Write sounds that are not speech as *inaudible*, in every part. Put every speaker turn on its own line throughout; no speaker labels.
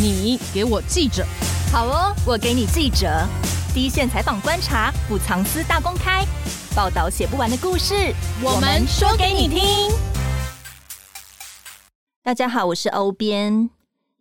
你给我记者，
好哦，我给你记者，第一线采访观察，不藏私大公开，报道写不完的故事，
我们说给你听。
大家好，我是欧编。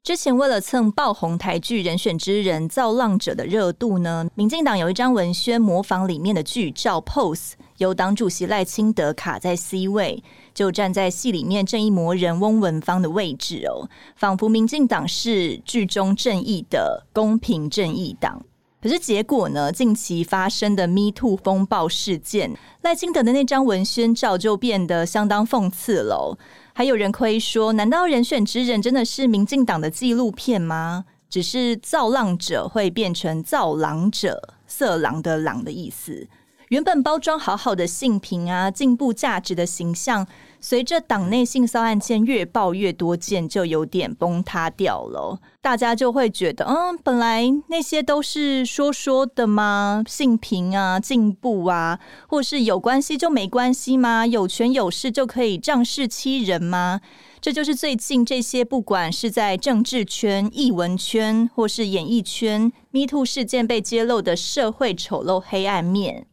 之前为了蹭爆红台剧《人选之人》《造浪者》的热度呢，民进党有一张文宣模仿里面的剧照 pose，由党主席赖清德卡在 C 位，就站在戏里面正义魔人翁文芳的位置哦，仿佛民进党是剧中正义的公平正义党。可是结果呢？近期发生的 Me Too 风暴事件，赖清德的那张文宣照就变得相当讽刺喽、哦。还有人亏说，难道《人选之人》真的是民进党的纪录片吗？只是造浪者会变成造狼者，色狼的狼的意思。原本包装好好的性平啊、进步价值的形象，随着党内性骚案件越爆越多件，就有点崩塌掉了。大家就会觉得，嗯，本来那些都是说说的嘛，性平啊、进步啊，或是有关系就没关系吗？有权有势就可以仗势欺人吗？这就是最近这些不管是在政治圈、艺文圈或是演艺圈，Me Too 事件被揭露的社会丑陋黑暗面。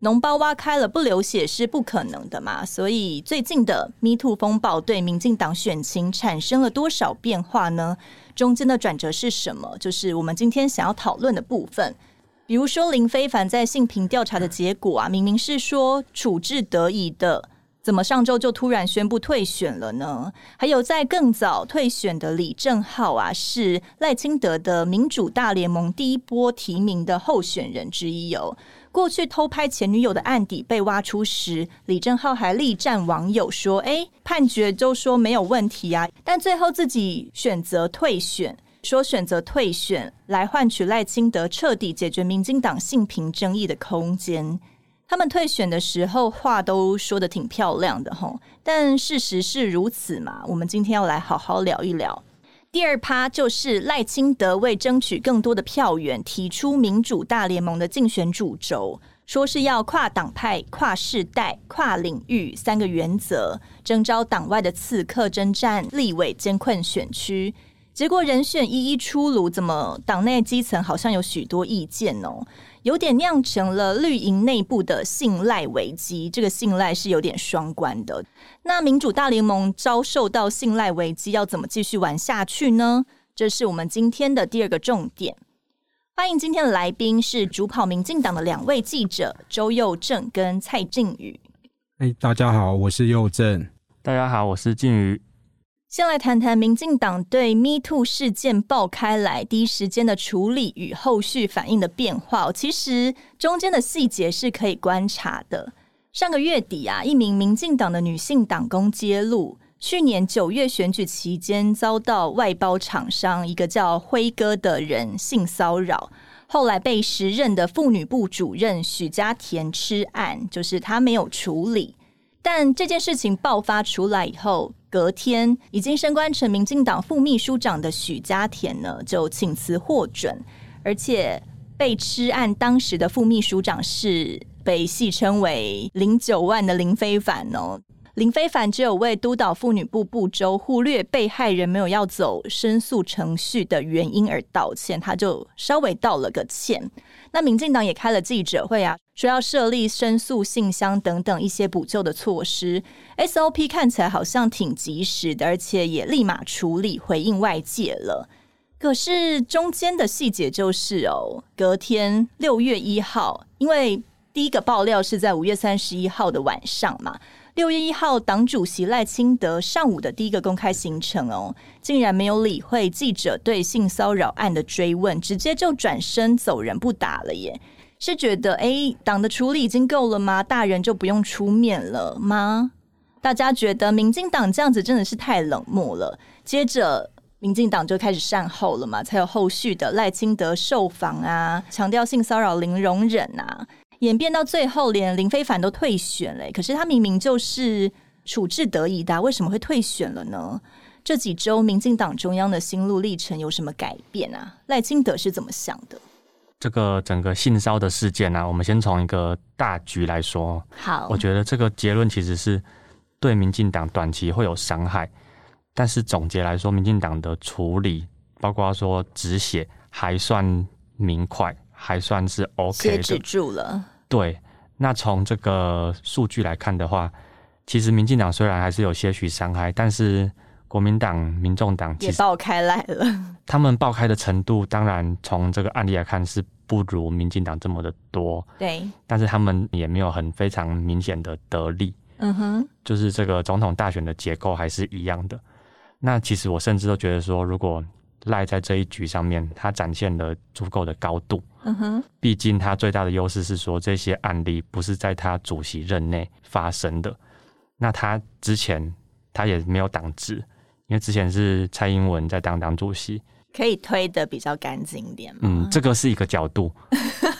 脓包挖开了不流血是不可能的嘛，所以最近的 Me Too 风暴对民进党选情产生了多少变化呢？中间的转折是什么？就是我们今天想要讨论的部分。比如说林非凡在性平调查的结果啊，明明是说处置得宜的，怎么上周就突然宣布退选了呢？还有在更早退选的李正浩啊，是赖清德的民主大联盟第一波提名的候选人之一哦。过去偷拍前女友的案底被挖出时，李正浩还力战网友说：“哎，判决就说没有问题啊。”但最后自己选择退选，说选择退选来换取赖清德彻底解决民进党性平争议的空间。他们退选的时候话都说的挺漂亮的吼，但事实是如此嘛？我们今天要来好好聊一聊。第二趴就是赖清德为争取更多的票源，提出民主大联盟的竞选主轴，说是要跨党派、跨世代、跨领域三个原则，征召党外的刺客征战立委艰困选区。结果人选一一出炉，怎么党内基层好像有许多意见哦，有点酿成了绿营内部的信赖危机。这个信赖是有点双关的。那民主大联盟遭受到信赖危机，要怎么继续玩下去呢？这是我们今天的第二个重点。欢迎今天的来宾是主跑民进党的两位记者周佑正跟蔡靖宇。
哎、大家好，我是佑正。
大家好，我是靖宇。
先来谈谈民进党对 Me Too 事件爆开来第一时间的处理与后续反应的变化哦。其实中间的细节是可以观察的。上个月底啊，一名民进党的女性党工揭露，去年九月选举期间遭到外包厂商一个叫辉哥的人性骚扰，后来被时任的妇女部主任许家田吃案，就是他没有处理。但这件事情爆发出来以后，隔天已经升官成民进党副秘书长的许家田呢，就请辞获准，而且被吃案当时的副秘书长是被戏称为“零九万”的林非凡哦。林非凡只有为督导妇女部部周忽略被害人没有要走申诉程序的原因而道歉，他就稍微道了个歉。那民进党也开了记者会啊，说要设立申诉信箱等等一些补救的措施。SOP 看起来好像挺及时的，而且也立马处理回应外界了。可是中间的细节就是哦，隔天六月一号，因为第一个爆料是在五月三十一号的晚上嘛，六月一号党主席赖清德上午的第一个公开行程哦，竟然没有理会记者对性骚扰案的追问，直接就转身走人不打了耶。是觉得诶，党的处理已经够了吗？大人就不用出面了吗？大家觉得民进党这样子真的是太冷漠了。接着，民进党就开始善后了嘛，才有后续的赖清德受访啊，强调性骚扰零容忍啊，演变到最后连林非凡都退选了欸、可是他明明就是处置得宜的啊、为什么会退选了呢？这几周民进党中央的心路历程有什么改变啊？赖清德是怎么想的？
这个整个性骚的事件啊，我们先从一个大局来说，
好
我，觉得这个结论其实是对民进党短期会有伤害，但是总结来说，民进党的处理
包括说止血还算明快，还算是 OK
血
的
止。住了，
对，那从这个数据来看的话，其实民进党虽然还是有些许伤害，但是国民党、民众党其
也
实
爆开来
*laughs*
了。
他们爆开的程度，当然从这个案例来看是不如民进党这么的多，
对，
但是他们也没有很非常明显的得利，
嗯哼，
就是这个总统大选的结构还是一样的。那其实我甚至都觉得说，如果赖在这一局上面，他展现了足够的高度，
嗯哼，
毕竟他最大的优势是说，这些案例不是在他主席任内发生的。那他之前他也没有党职，因为之前是蔡英文在当党主席。
可以推的比较干净一点吗？
嗯，这个是一个
*laughs*
角度，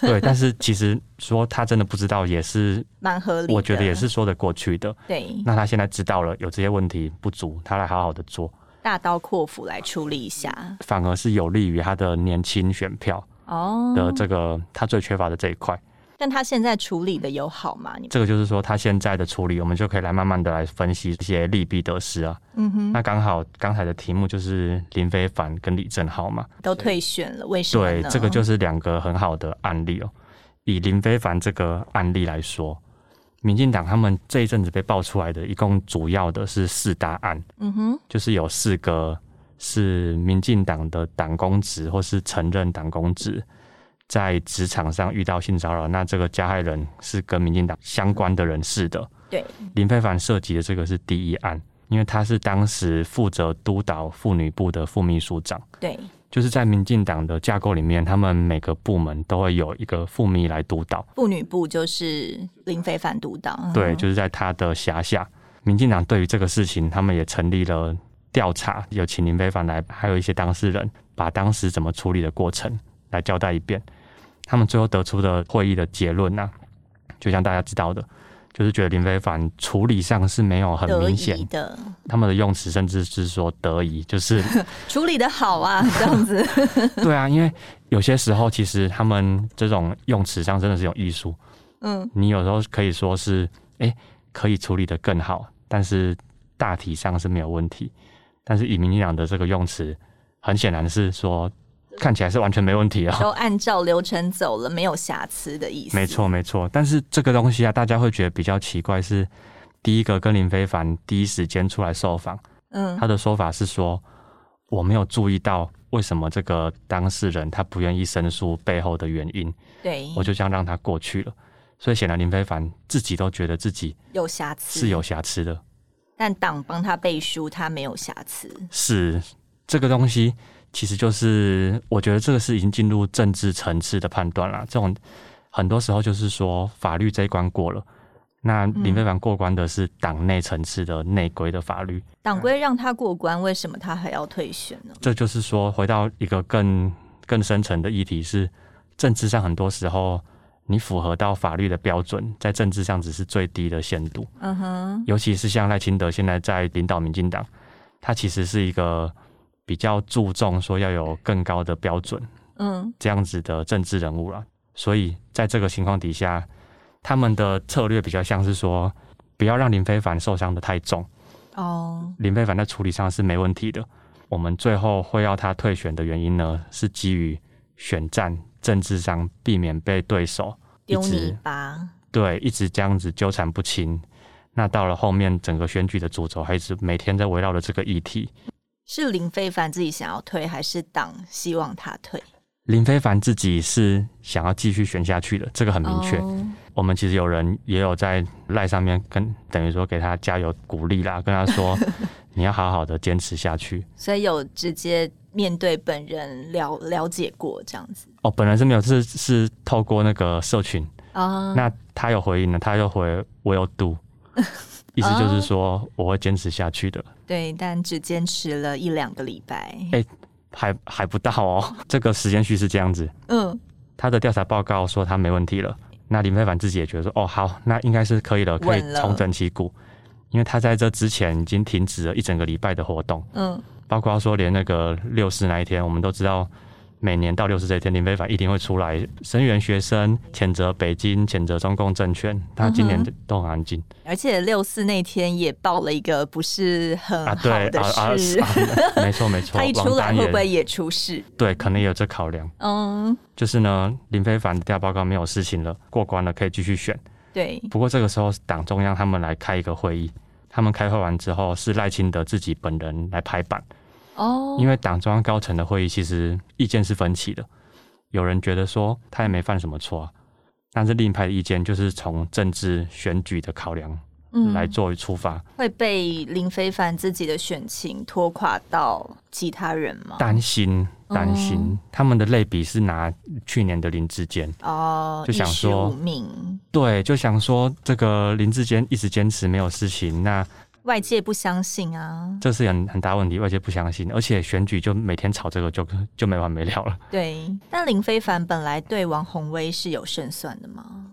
对。但是其实说他真的不知道，也是
蛮合理的，
我觉得也是说得过去的。
对，
那他现在知道了有这些问题不足，他来好好的做，
大刀阔斧来处理一下。
反而是有利于他的年轻选票
哦，
的这个他最缺乏的这一块。
但他现在处理的有好吗？你
这个就是说他现在的处理，我们就可以来慢慢的来分析一些利弊得失啊。
嗯哼，
那刚好刚才的题目就是林非凡跟李正浩嘛，
都退选了，为什么
对
呢？，
这个就是两个很好的案例哦。以林非凡这个案例来说，民进党他们这一阵子被爆出来的，一共主要的是四大案，
嗯哼，
就是有四个是民进党的党公职或是承认党公职，在职场上遇到性骚扰，那这个加害人是跟民进党相关的人士的。
对，
林非凡涉及的这个是第一案，因为他是当时负责督导妇女部的副秘书长。
对，
就是在民进党的架构里面，他们每个部门都会有一个副秘来督导，
妇女部就是林非凡督导，嗯
对，就是在他的辖下。民进党对于这个事情，他们也成立了调查，有请林非凡来，还有一些当事人，把当时怎么处理的过程来交代一遍。他们最后得出的会议的结论呢、就像大家知道的，就是觉得林非凡处理上是没有很
得
明显
意，的
他们的用词甚至是说得宜，就是 *laughs*
处理的好啊，这样子，
对啊，因为有些时候其实他们这种用词上真的是有艺术，
嗯，
你有时候可以说是，哎、可以处理得更好，但是大体上是没有问题。但是以民进党的这个用词，很显然是说，看起来是完全没问题哦。
都按照流程走了，没有瑕疵的意思，
没，错，没错。但是这个东西啊，大家会觉得比较奇怪是，第一个跟林非凡第一时间出来受访，
嗯
他的说法是说，我没有注意到为什么这个当事人他不愿意申诉背后的原因，
对，
我就这样让他过去了。所以显然林非凡自己都觉得自己
有瑕疵
是有瑕疵的，
但党帮他背书，他没有瑕疵。
是这个东西，其实就是我觉得这个是已经进入政治层次的判断了。这种很多时候就是说法律这一关过了，那林非凡过关的是党内层次的内规的法律，
党规让他过关，为什么他还要退选呢？
这就是说回到一个更更深层的议题是，政治上很多时候你符合到法律的标准，在政治上只是最低的限度。
嗯哼，
尤其是像赖清德现在在领导民进党，他其实是一个比较注重说要有更高的标准
嗯，
这样子的政治人物啦。所以在这个情况底下，他们的策略比较像是说，不要让林非凡受伤的太重。
哦，
林非凡在处理上是没问题的。我们最后会要他退选的原因呢，是基于选战政治上避免被对手一
丢
直
泥巴，
对，一直这样子纠缠不清。那到了后面，整个选举的主轴还是每天在围绕着这个议题。
是林非凡自己想要退，还是党希望他退？
林非凡自己是想要继续选下去的，这个很明确。
哦
我们其实有人也有在赖上面跟，等于说给他加油鼓励啦，跟他说你要好好的坚持下去。
所以有直接面对本人了了解过这样子
哦，本来是没有，是是透过那个社群，
啊
那他有回应了，他又回 will do，意思就是说我会坚持下去的。
对，但只坚持了一两个礼拜。
哎还还不到哦，这个时间序是这样子，
嗯，
他的调查报告说他没问题了。那林非凡自己也觉得说，哦，好，那应该是可以了，可以
稳了
重整旗鼓，因为他在这之前已经停止了一整个礼拜的活动，
嗯，
包括说连那个六四那一天，我们都知道每年到六十这一天，林非凡一定会出来声援学生，谴责北京，谴责中共政权。他今年
嗯哼
都很安静、
而且六四那天也爆了一个不是很
啊，
嗯好
对
的
啊啊，
事，
啊没错没
*laughs*
错，
他一出
王
来
丹
会
也
不会也出事？
对，可能也有这考量。
嗯，
就是呢，林非凡调报告没有事情了，过关了，可以继续选。
对，
不过这个时候，党中央他们来开一个会议，他们开会完之后是赖清德自己本人来拍板，
哦，
因为党中央高层的会议其实意见是分歧的，有人觉得说他也没犯什么错、啊，但是另一派的意见就是从政治选举的考量
嗯
来作为出发，
会被林非凡自己的选情拖垮到其他人吗？
担心担心、
嗯
他们的类比是拿去年的林志坚，
哦，
就想
一时
说
无名，
对，就想说这个林志坚一直坚持没有事情，那
外界不相信啊，
这是很很大问题，外界不相信，而且选举就每天吵这个就就没完没了了。
对。但林非凡本来对王宏威是有胜算的吗？。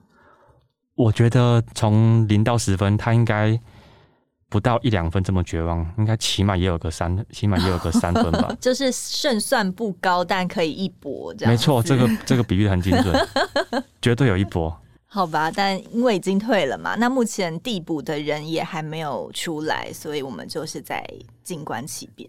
我觉得从零到十分，他应该不到一两分这么绝望，应该起码也有个三，起码也有个三分吧
就是胜算不高，但可以一搏， *laughs* 这样
没错，
子
这个这个比喻得很精
*laughs*
准，绝对有一波。
好吧，但因为已经退了嘛，那目前递补的人也还没有出来，所以我们就是在静观其变。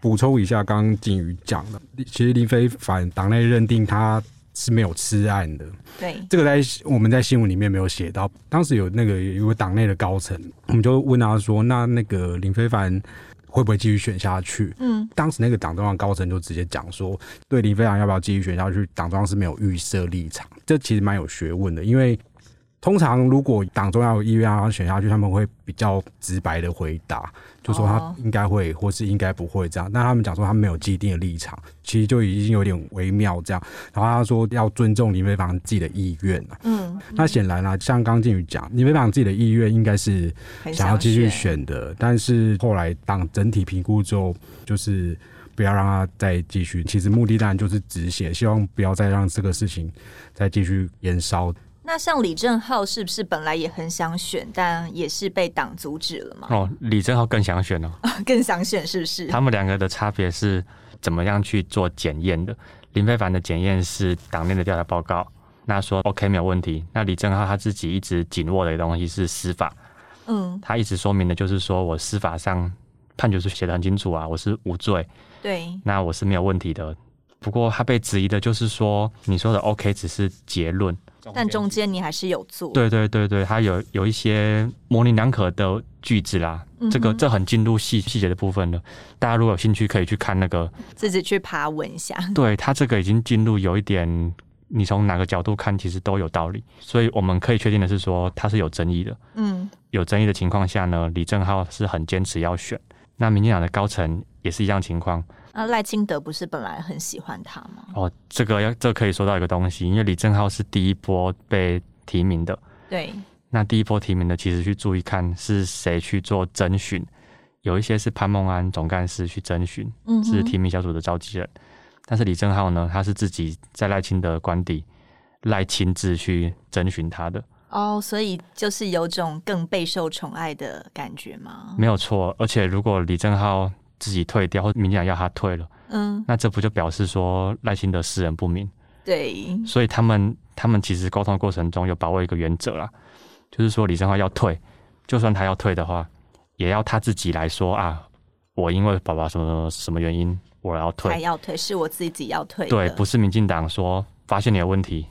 补充一下，刚刚景瑜讲的，其实林非凡党内认定他是没有吃案的，
对，
这个在我们在新闻里面没有写到。当时有那个有个党内的高层，我们就问他说：“那那个林非凡会不会继续选下去？”
嗯，
当时那个党中央高层就直接讲说，对林非凡要不要继续选下去，党中央是没有预设立场。这其实蛮有学问的，因为通常如果党中央有意愿让他选下去，他们会比较直白的回答，就说
哦
他应该会或是应该不会这样。那他们讲说他没有既定的立场，其实就已经有点微妙这样。然后他说要尊重林非凡自己的意愿啊
嗯，
那显然啊，像刚靖宇讲，林非凡自己的意愿应该是
很
想要继续，选的，但是后来党整体评估之后，就是不要让他再继续。其实目的当然就是止血，希望不要再让这个事情再继续延烧。
那像李正浩是不是本来也很想选，但也是被党阻止了嘛？
哦，李正浩更想选哦。
更想选是不是？
他们两个的差别是怎么样去做检验的？林非凡的检验是党内的调查报告，那说 OK 没有问题。那李正浩他自己一直紧握的东西是司法，
嗯，
他一直说明的就是说我司法上判决书写的很清楚啊，我是无罪，
对，
那我是没有问题的。不过他被质疑的就是说，你说的 OK 只是结论，
但中间你还是有做，，
对对对对，他有有一些模棱两可的句子啦，这个
嗯哼
这很进入细细节的部分了。大家如果有兴趣，可以去看那个
自己去爬文一下。 *laughs*
对他这个已经进入有一点，你从哪个角度看，其实都有道理。所以我们可以确定的是说，他是有争议的。
嗯，
有争议的情况下呢，李正浩是很坚持要选。那民进党的高层也是一样情况
那赖清德不是本来很喜欢他吗？
哦。这个要这可以说到一个东西，因为李正浩是第一波被提名的。
对，
那第一波提名的，其实去注意看是谁去做征询，有一些是潘孟安总干事去征询，
嗯哼
是提名小组的召集人。但是李正浩呢，他是自己在赖清德官邸赖亲自去征询他的，
哦，所以就是有种更备受宠爱的感觉吗？
没有错。而且如果李正浩自己退掉，或民进党要他退了，
嗯，
那这不就表示说赖清德识人不明？
对，
所以他们他们其实沟通的过程中有把握一个原则啦，就是说李正浩要退，就算他要退的话，也要他自己来说啊，我因为爸爸什么什么原因我要
还
退，
要退，是我自己要退的，
对，不是民进党说发现你有问题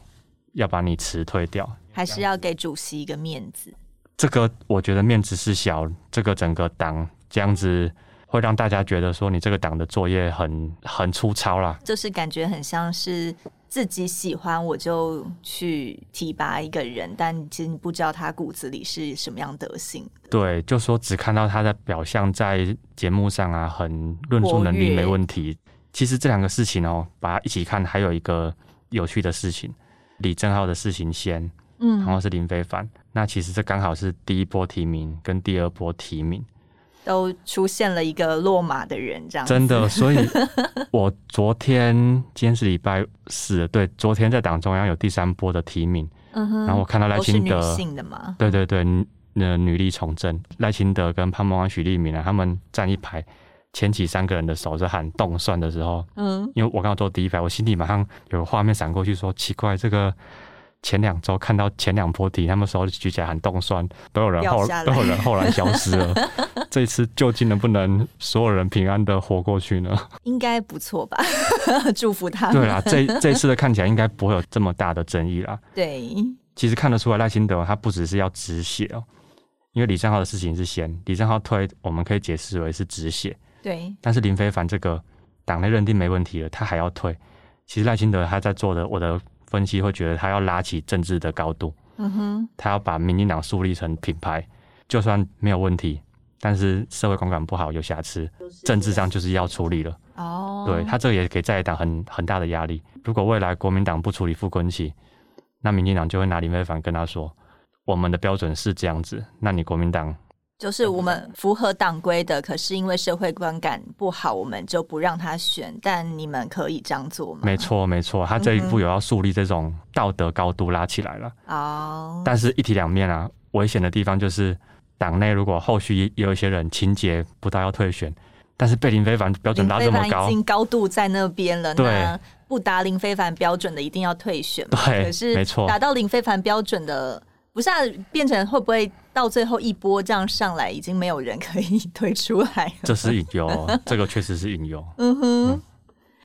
要把你辞退掉，
还是要给主席一个面子。
这个我觉得面子是小，这个整个党这样子会让大家觉得说你这个党的作业很很粗糙啦，
就是感觉很像是自己喜欢我就去提拔一个人，但其实你不知道他骨子里是什么样德性。
对，就说只看到他的表象在节目上啊，很论述能力没问题。其实这两个事情哦，把它一起看，还有一个有趣的事情，李正浩的事情先，然
嗯，
后是林非凡。那其实这刚好是第一波提名跟第二波提名，
都出现了一个落马的人，这样子
真的。所以，我昨天今天是礼拜四，对，昨天在党中央有第三波的提名，
嗯哼，
然后我看到赖
都是
清
女
德，
性的嘛，
对对对，女呃，女力从政，赖清德跟潘孟安、许立明啊，他们站一排，前几三个人的手在喊动算的时候，
嗯，
因为我刚好坐第一排，我心里马上有画面闪过去说，奇怪，这个前两周看到前两波题，他们手举起来喊动算，都有人后
掉下来
都有人后来消失了， *laughs* 这一次究竟能不能所有人平安的活过去呢？
应该不错吧？ *laughs* 祝福他们。
对啊啦，这这次的看起来应该不会有这么大的争议啦。
对，
其实看得出来，赖清德他不只是要止血哦，因为李正浩的事情是先，李正浩推我们可以解释为是止血，
对，
但是林非凡这个党内认定没问题了，他还要推。其实赖清德他在做的，我的分析会觉得他要拉起政治的高度，
嗯哼，
他要把民进党树立成品牌，就算没有问题，但是社会观感不好有瑕疵，政治上就是要处理了。
哦，
对他这个也给在野党很很大的压力。如果未来国民党不处理傅昆萁，那民进党就会拿林非凡跟他说，我们的标准是这样子，那你国民党嗯
就是我们符合党规的，可是因为社会观感不好，我们就不让他选。但你们可以这样做吗？
没错没错，他这一步有要树立这种道德高度拉起来了。
哦，
但是一体两面啊，危险的地方就是党内如果后续也也有一些人情节不到要退选，但是被林非凡标准
林
拉
非
这么
凡已
高，
经高度在那边了，
对
那不达林非凡标准的一定要退选嘛。
对
可是
没错
达到林非凡标准的，不是、啊、变成会不会到最后一波这样上来，已经没有人可以 *laughs* 推出来了？
这是引诱哦，这个确实是引诱。
*laughs* 嗯哼，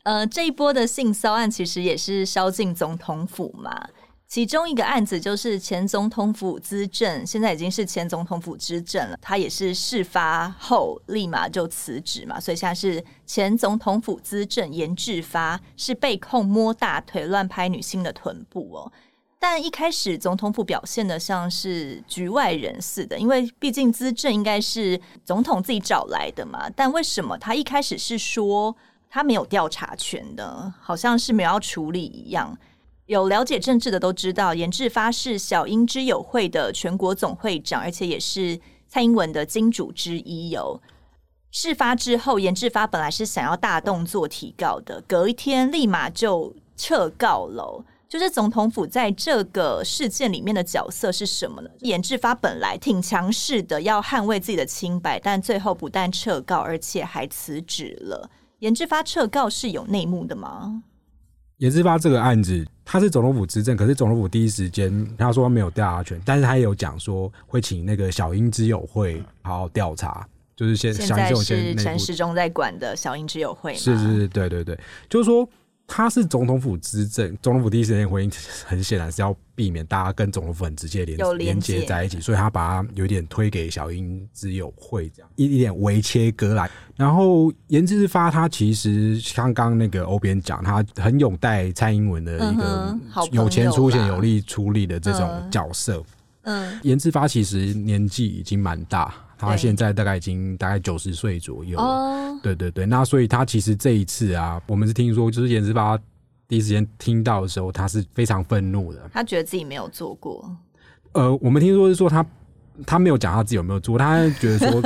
呃，这一波的性骚案其实也是烧进总统府嘛。其中一个案子就是前总统府资政，现在已经是前总统府资政了。他也是事发后立马就辞职嘛，所以现在是前总统府资政严志发是被控摸大腿、乱拍女性的臀部哦。但一开始总统府表现的像是局外人似的，因为毕竟资政应该是总统自己找来的嘛。但为什么他一开始是说他没有调查权的，好像是没有要处理一样？有了解政治的都知道，严志发是小英之友会的全国总会长，而且也是蔡英文的金主之一哦。事发之后，严志发本来是想要大动作提告的，隔一天立马就撤告了哦。就是总统府在这个事件里面的角色是什么呢？严志发本来挺强势的，要捍卫自己的清白，但最后不但撤告，而且还辞职了。严志发撤告是有内幕的吗？
严志发这个案子，他是总统府执政，可是总统府第一时间他说他没有调查权，但是他也有讲说会请那个小英之友会好好调查，就是先
现
小英
在
之友
是
先内
陈
部
时中在管的小英之友会嘛？
是是是，对对对，就是说他是总统府执政，总统府第一时间回应，很显然是要避免大家跟总统府很直接
有
连
连
连接
接
在一起，所以他把它有点推给小英之友会这样一一点微切割来。然后严志发他其实像刚刚那个欧边讲，他很拥戴蔡英文的一个
嗯哼好朋友
有钱出钱
啦
有力出力的这种
嗯
角色。
嗯，
严志发其实年纪已经蛮大，他
对
现在大概已经大概九十岁左右了。
哦，
对对对，那所以他其实这一次啊，我们是听说，就是严志发第一时间听到的时候，他是非常愤怒的。
他觉得自己没有做过，
呃，我们听说是说他他没有讲他自己有没有做，他觉得说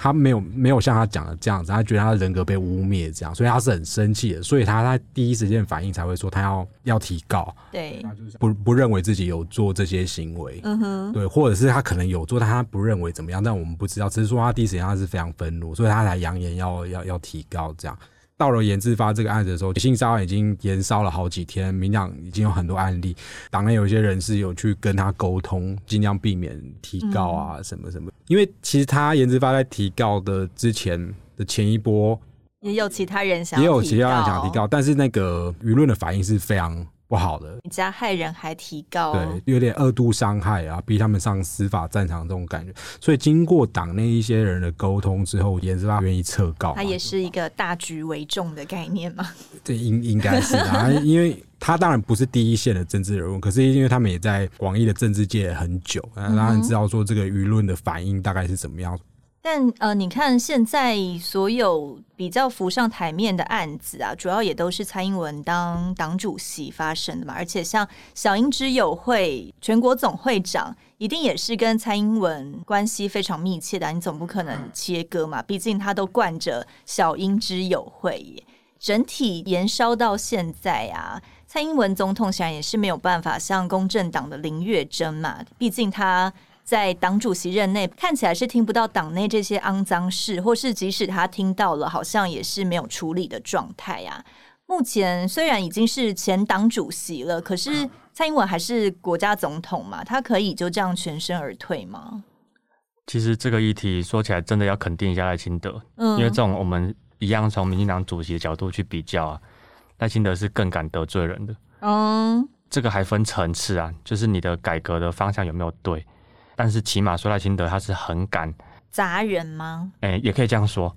他没有没有像他讲的这样子，他觉得他人格被污蔑这样，所以他是很生气的，所以他他第一时间反应才会说他要要提告，
对，
不不认为自己有做这些行为。
嗯哼，
对，或者是他可能有做，但他不认为怎么样，但我们不知道，只是说他第一时间他是非常愤怒，所以他才扬言要要要提高这样。到了严志发这个案子的时候，性骚扰已经延烧了好几天，民党已经有很多案例，党内有一些人士有去跟他沟通，尽量避免提告
嗯
啊什么什么。因为其实他严志发在提告的之前的前一波，
也有其他人想
也
要
有其他人想提，告，但是那个舆论的反应是非常不好的，
加害人还提告，
对，有点二度伤害啊，逼他们上司法战场这种感觉。所以经过党内一些人的沟通之后，严志发愿意撤告嘛，啊
他也是一个大局为重的概念嘛。
这应应该是啊，因为他当然不是第一线的政治
*laughs*
人物，可是因为他们也在广义的政治界很久，
嗯
那当然知道说这个舆论的反应大概是怎么样。
但呃，你看现在所有比较浮上台面的案子啊，主要也都是蔡英文当党主席发生的嘛。而且像小英之友会全国总会长，一定也是跟蔡英文关系非常密切的啊、你总不可能切割嘛，毕竟他都惯着小英之友会耶。整体延烧到现在啊，蔡英文总统显然也是没有办法像公正党的林月珍嘛，毕竟他在党主席任内看起来是听不到党内这些肮脏事，或是即使他听到了，好像也是没有处理的状态啊。目前虽然已经是前党主席了，可是蔡英文还是国家总统嘛，他可以就这样全身而退吗？
其实这个议题说起来，真的要肯定一下赖清德，
嗯
因为这种我们一样从民进党主席的角度去比较啊，赖清德是更敢得罪人的。
嗯
这个还分层次啊，就是你的改革的方向有没有对。但是起码说赖清德他是很敢，
砸人吗？
哎、也可以这样说。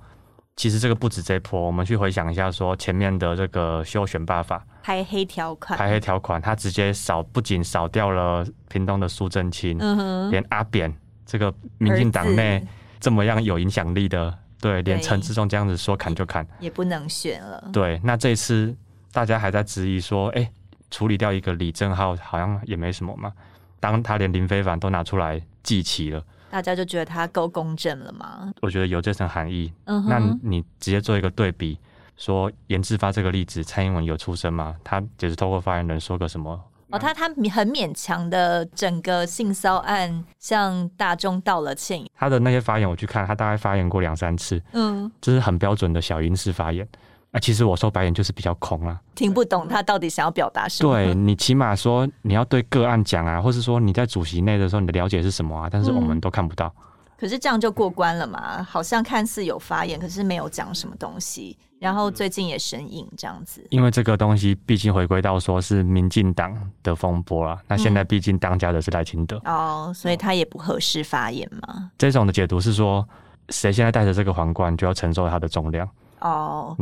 其实这个不止这一波，我们去回想一下，说前面的这个修选罢法
拍黑条款？
排黑条款，他直接扫，不仅扫掉了屏东的苏正清，
嗯哼，
连阿扁这个民进党
儿
内
子
这么样有影响力的，对，连
对
陈志忠这样子说砍就砍，
也不能选了。
对。那这一次大家还在质疑说，哎、处理掉一个李正浩好像也没什么嘛，当他连林非凡都拿出来祭旗了，
大家就觉得他够公正了吗？
我觉得有这层含义。
嗯
那
哼，
你直接做一个对比，说严志发这个例子，蔡英文有出声吗？他只是透过发言人说个什么？
哦，他他很勉强的整个性骚案向大众道了歉，
他的那些发言我去看，他大概发言过两三次，
嗯，
这是很标准的小英式发言。啊，其实我说白眼就是比较空啦、
听不懂他到底想要表达什么。
对你起码说你要对个案讲啊，或是说你在主席内的时候你的了解是什么啊，但是我们
嗯
都看不到。
可是这样就过关了嘛？好像看似有发言，可是没有讲什么东西。然后最近也神隐这样子，
因为这个东西毕竟回归到说是民进党的风波啦，那
嗯
现在毕竟当家的是赖清德，
哦，所以他也不合适发言嘛。
这种的解读是说谁现在戴着这个皇冠就要承受它的重量。
哦，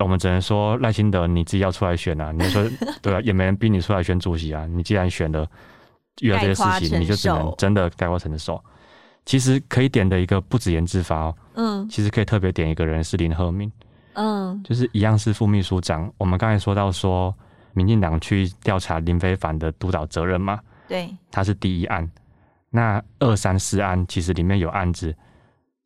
我们只能说赖清德你自己要出来选啊，你说
*laughs*
对啊，也没人逼你出来选主席啊，你既然选了遇到这些
概括
事
承
情，你就只能
受
真的概括承受。其实可以点的一个不止言之法哦，
嗯
其实可以特别点一个人是林鹤明。
嗯
就是一样是副秘书长。我们刚才说到说，民进党去调查林非凡的督导责任嘛，
对，
他是第一案。那二三四案其实里面有案子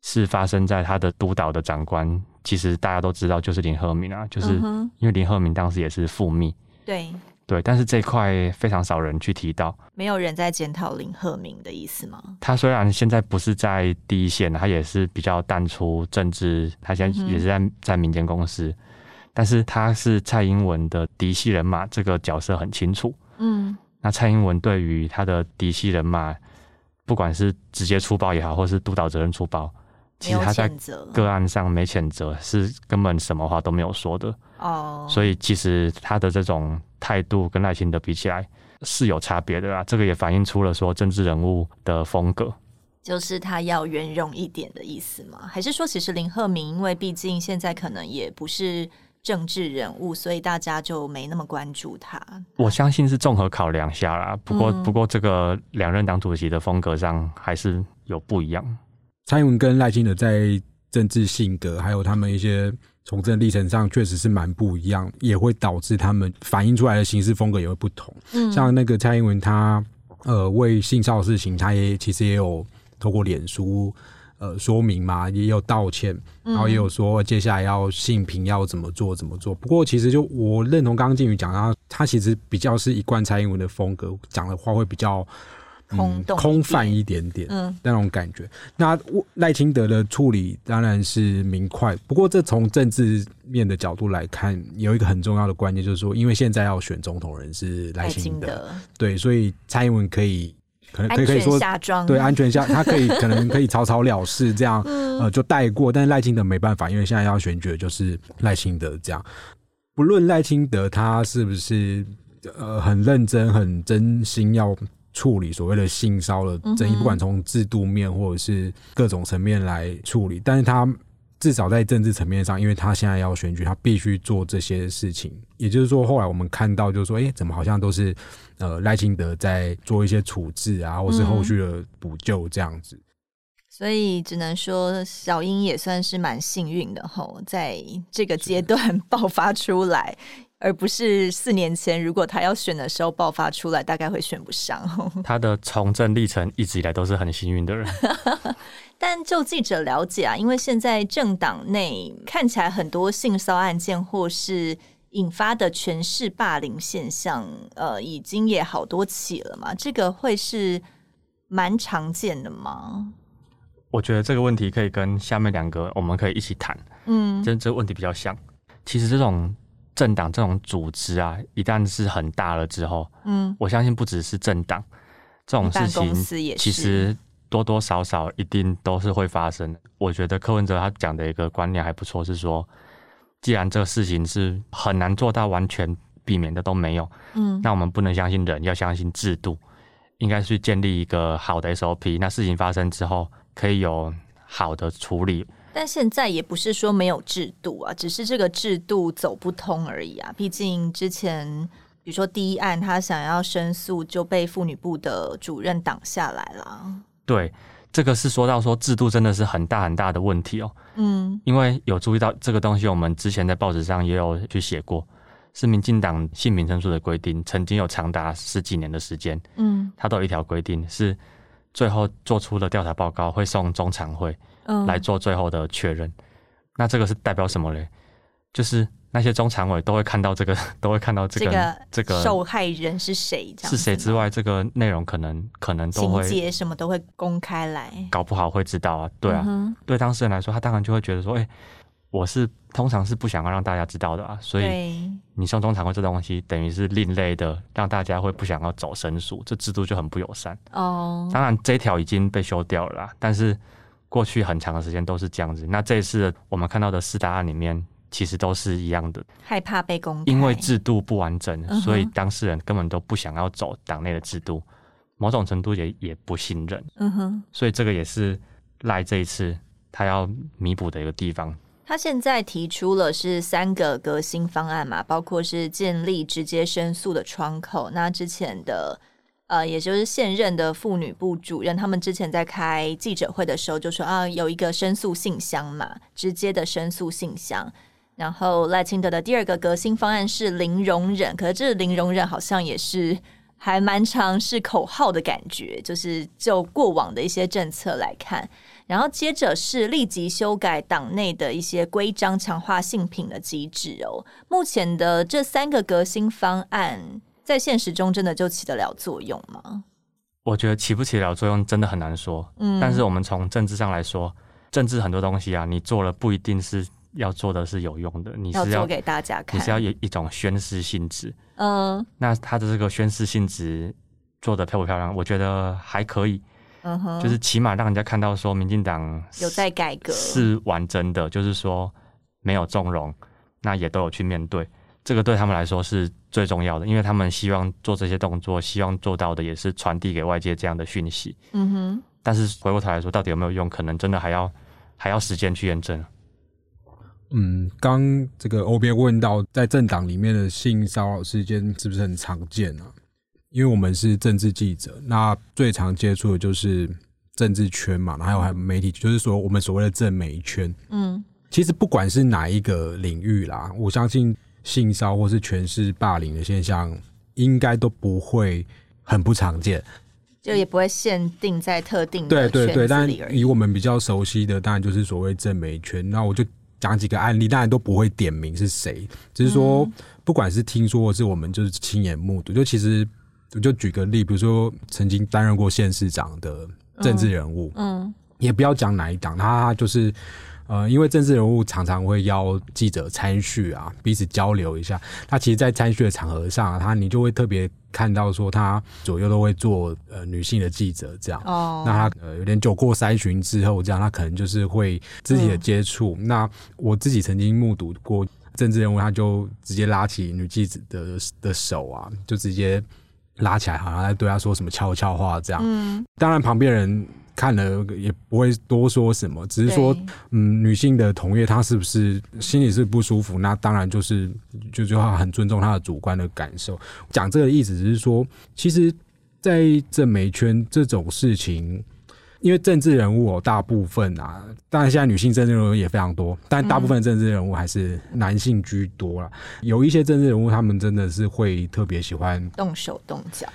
是发生在他的督导的长官，其实大家都知道就是林鹤明啊，就是
嗯哼，
因为林鹤明当时也是副秘，
对，
对，但是这一块非常少人去提到。
没有人在检讨林鹤明的意思吗？
他虽然现在不是在第一线，他也是比较淡出政治，他现在
嗯哼
也是在、在民间公司，但是他是蔡英文的嫡系人马，这个角色很清楚。
嗯
那蔡英文对于他的嫡系人马，不管是直接出包也好，或是督导责任出包，其
没
实
有
他在
谴责
个案上没谴责，是根本什么话都没有说的。
哦，
所以其实他的这种态度跟赖清德比起来是有差别的啦。这个也反映出了说政治人物的风格。
就是他要圆融一点的意思吗？还是说，其实林鹤明因为毕竟现在可能也不是政治人物，所以大家就没那么关注他？
我相信是综合考量下啦，不过、
嗯
不过这个两任党主席的风格上还是有不一样。
蔡英文跟赖清德在政治性格还有他们一些从政历程上确实是蛮不一样，也会导致他们反映出来的行事风格也会不同。
嗯
像那个蔡英文他，呃为性骚扰事情，他也其实也有透过脸书呃说明嘛，也有道歉，
嗯
然后也有说接下来要性平要怎么做怎么做。不过其实就我认同刚刚靖宇讲到，他其实比较是一贯蔡英文的风格，讲的话会比较。
空洞一
嗯空泛
点
一点点，
嗯
那种感觉。那我赖清德的处理当然是明快，不过这从政治面的角度来看，有一个很重要的关键，就是说，因为现在要选总统人是赖
赖
清
清
德，
德
对，所以蔡英文可以可能可
安
以可以
全
说
下嗯装，
对安全下，他可以可能可以草草了事这样，
嗯
呃，就带过。但是赖清德没办法，因为现在要选举的就是赖清德这样。不论赖清德他是不是呃很认真、很真心要处理所谓的性骚扰争
嗯
议，不管从制度面或者是各种层面来处理，但是他至少在政治层面上，因为他现在要选举，他必须做这些事情。也就是说，后来我们看到，就是说，诶，怎么好像都是呃赖清德在做一些处置啊，或是后续的补救这样子。
所以只能说小英也算是蛮幸运的吼，在这个阶段爆发出来，而不是四年前如果他要选的时候爆发出来，大概会选不上吼。
他的从政历程一直以来都是很幸运的人，
但就记者了解啊，因为现在政党内看起来很多性骚案件或是引发的权势霸凌现象，呃，已经也好多起了嘛。这个会是蛮常见的吗？
我觉得这个问题可以跟下面两个我们可以一起谈，
嗯，
这这个问题比较像。其实这种政党这种组织啊，一旦是很大了之后，
嗯，
我相信不只是政党这种事
一般公司
情
也，
其
是
实多多少少一定都是会发生的。我觉得柯文哲他讲的一个观念还不错，是说，既然这个事情是很难做到完全避免的都没有，
嗯，
那我们不能相信人，要相信制度，应该去建立一个好的 SOP。那事情发生之后，可以有好的处理。
但现在也不是说没有制度啊，只是这个制度走不通而已啊。毕竟之前，比如说第一案，他想要申诉就被妇女部的主任挡下来了。啊
对，这个是说到说制度真的是很大很大的问题哦。
嗯
因为有注意到这个东西，我们之前在报纸上也有去写过，是民进党性平申诉的规定，曾经有长达十几年的时间，
嗯
它都有一条规定是最后做出的调查报告会送中常会
嗯
来做最后的确认。那这个是代表什么嘞？就是那些中常委都会看到这个， *laughs* 都会看到这
这
个
个
这个
受害人是谁？这样
是谁
子
之
吗
外，这个内容可能可能都
情
会
节什么都会公开来。
搞不好会知道啊，对啊，
嗯哼
对当事人来说，他当然就会觉得说，哎、我是通常是不想要让大家知道的啊，所以
对，
你送中常会这东西，等于是另类的，让大家会不想要走申诉，这制度就很不友善。
哦，
当然，这一条已经被修掉了啦，但是过去很长的时间都是这样子。那这一次我们看到的四大案里面，其实都是一样的，
害怕被公开，
因为制度不完整，
嗯哼
所以当事人根本都不想要走党内的制度，某种程度也也不信任，
嗯哼。
所以这个也是赖这一次他要弥补的一个地方。
他现在提出了是三个革新方案嘛，包括是建立直接申诉的窗口。那之前的呃，也就是现任的妇女部主任，他们之前在开记者会的时候就说啊，有一个申诉信箱嘛，直接的申诉信箱。然后赖清德的第二个革新方案是零容忍，可是这个零容忍好像也是还蛮常是口号的感觉，就是就过往的一些政策来看。然后接着是立即修改党内的一些规章，强化性品的机制哦。目前的这三个革新方案，在现实中真的就起得了作用吗？
我觉得起不起得了作用真的很难说。
嗯
但是我们从政治上来说，政治很多东西啊，你做了不一定是要做的是有用的，你
要
是
做
要
给大家
你
看，
是要有一种宣示性质。
嗯
那它的这个宣示性质做的漂不漂亮？我觉得还可以，
嗯哼，
就是起码让人家看到说，民进党
有在改革，
是完整的，就是说没有纵容，那也都有去面对。这个对他们来说是最重要的，因为他们希望做这些动作，希望做到的也是传递给外界这样的讯息。
嗯哼。
但是回过头来说，到底有没有用，可能真的还要还要时间去验证。
嗯，刚这个欧边问到，在政党里面的性骚扰事件是不是很常见啊？因为我们是政治记者，那最常接触的就是政治圈嘛，还有还有媒体，就是说我们所谓的政媒圈。
嗯
其实不管是哪一个领域啦，我相信性骚或是权势霸凌的现象，应该都不会很不常见。
就也不会限定在特定
对
的
对
圈
对，
子
但
里而已。
以我们比较熟悉的，当然就是所谓正媒圈。那我就讲几个案例，当然都不会点名是谁，只是说
嗯
不管是听说或是我们就是亲眼目睹，就其实我就举个例，比如说曾经担任过县市长的政治人物，
嗯
也不要讲哪一党，他就是呃，因为政治人物常常会邀记者参叙啊，彼此交流一下。那其实，在参叙的场合上、啊，他你就会特别看到说，他左右都会做呃女性的记者这样。
哦，
那他呃有点酒过筛询之后，这样他可能就是会肢体的接触。
嗯
那我自己曾经目睹过政治人物，他就直接拉起女记者的的手啊，就直接拉起来，好像在对他说什么悄悄话这样。
嗯，
当然，旁边人看了也不会多说什么，只是说
对
嗯，女性的同业她是不是心里是不舒服？那当然就是就就要很尊重她的主观的感受。讲这个意思只是说，其实，在政媒圈这种事情，因为政治人物、哦、大部分啊，当然现在女性政治人物也非常多，但大部分政治人物还是男性居多啦。有一些政治人物，他们真的是会特别喜欢
动手动
*laughs*
脚，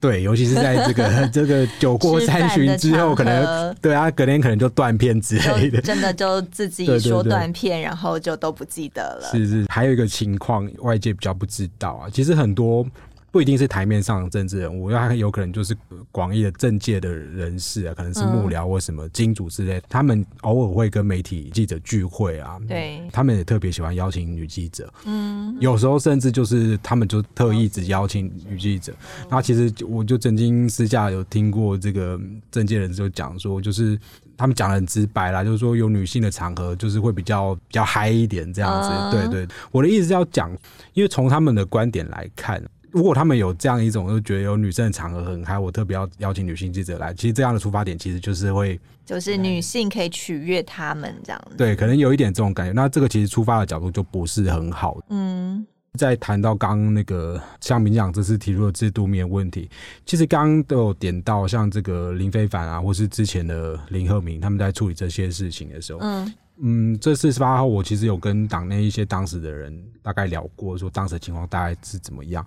对，尤其是在这个 *laughs* 这个酒过
吃
三
饭
巡
的
之后，
场
可能
合
对啊，隔天可能就断片之类
就
的。
真的就自己
对对
说
对
断片，然后就都不记得了。
是是，还有一个情况，外界比较不知道啊。其实很多不不一定是台面上的政治人物，他有可能就是呃广义的政界的人士啊，可能是
嗯
幕僚或什么金主之类，他们偶尔会跟媒体记者聚会啊，
对
他们也特别喜欢邀请女记者，
嗯，
有时候甚至就是他们就特意只邀请女记者。那其实我就曾经私下有听过这个政界人士就讲说，就是他们讲的很直白啦，就是说有女性的场合就是会比较比较嗨一点这样子。
啊
对对，我的意思是要讲，因为从他们的观点来看。啊如果他们有这样一种，就觉得有女生的场合很嗨，我特别要邀请女性记者来。其实这样的出发点，其实就是会
就是女性可以取悦他们这样子。，
对，可能有一点这种感觉。那这个其实出发的角度就不是很好。
嗯，
在谈到刚刚那个像民进党这次提出的制度面问题，其实刚刚都有点到，像这个林非凡啊，或是之前的林鹤鸣，他们在处理这些事情的时候，
嗯
嗯，这四十八号我其实有跟党内一些当时的人大概聊过，说当时的情况大概是怎么样。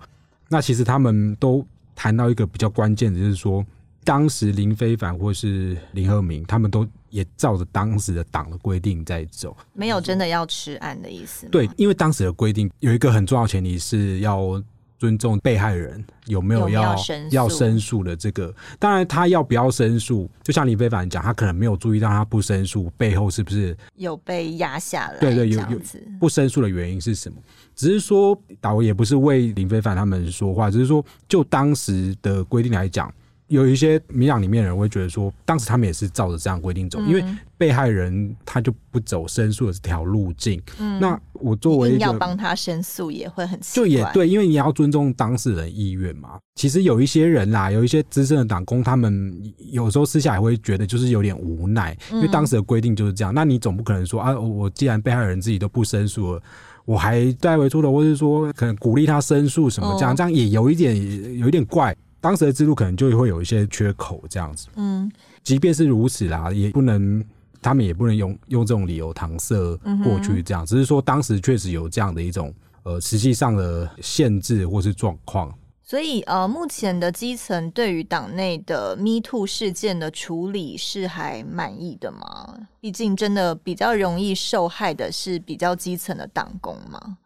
那其实他们都谈到一个比较关键的，就是说当时林非凡或是林鹤鸣，他们都也照着当时的党的规定在走。
没有真的要吃案的意思吗。
嗯对，因为当时的规定有一个很重要的前提是要尊重被害人有没
有
有
没有
要
申
要
诉
申诉的这个。当然，他要不要申诉，就像林非凡讲，他可能没有注意到他不申诉背后是不是
有被压下来，
对对有
这样
有
子，
不申诉的原因是什么？只是说，导游也不是为林非凡他们说话，只是说就当时的规定来讲。有一些民党里面的人会觉得说，当时他们也是照着这样规定走，因为
嗯
被害人他就不走申诉的这条路径。
嗯
那我作为一
硬
个
要帮他申诉也会很奇
就
怪，
也对，因为你要尊重当事人意愿嘛。其实有一些人啦，有一些资深的党工，他们有时候私下也会觉得就是有点无奈，因
嗯
为当时的规定就是这样。那你总不可能说啊，我既然被害人自己都不申诉了。我还代为出头，或是说可能鼓励他申诉什么，这样、
哦
这样也有一点有一点怪。当时的制度可能就会有一些缺口，这样子。
嗯
即便是如此啦，也不能，他们也不能用用这种理由搪塞
嗯
过去，这样、只是说当时确实有这样的一种呃实际上的限制或是状况。
所以呃，目前的基层对于党内的 Me Too 事件的处理是还满意的吗？毕竟真的比较容易受害的是比较基层的党工嘛。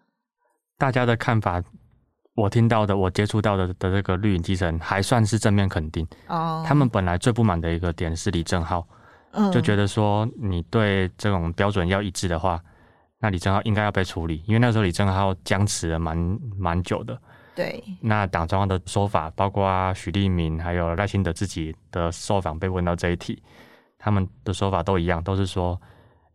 大家的看法，我听到的，我接触到的的这个绿营基层还算是正面肯定。
哦、
他们本来最不满的一个点是李正浩，
嗯
就觉
得
得说你对这种标准要一致的话，那李正浩应该要被处理，因为那时候李正浩僵持了蛮蛮久的。
对，
那党中央的说法，包括许立明还有赖清德自己的受访被问到这一题，他们的说法都一样，都是说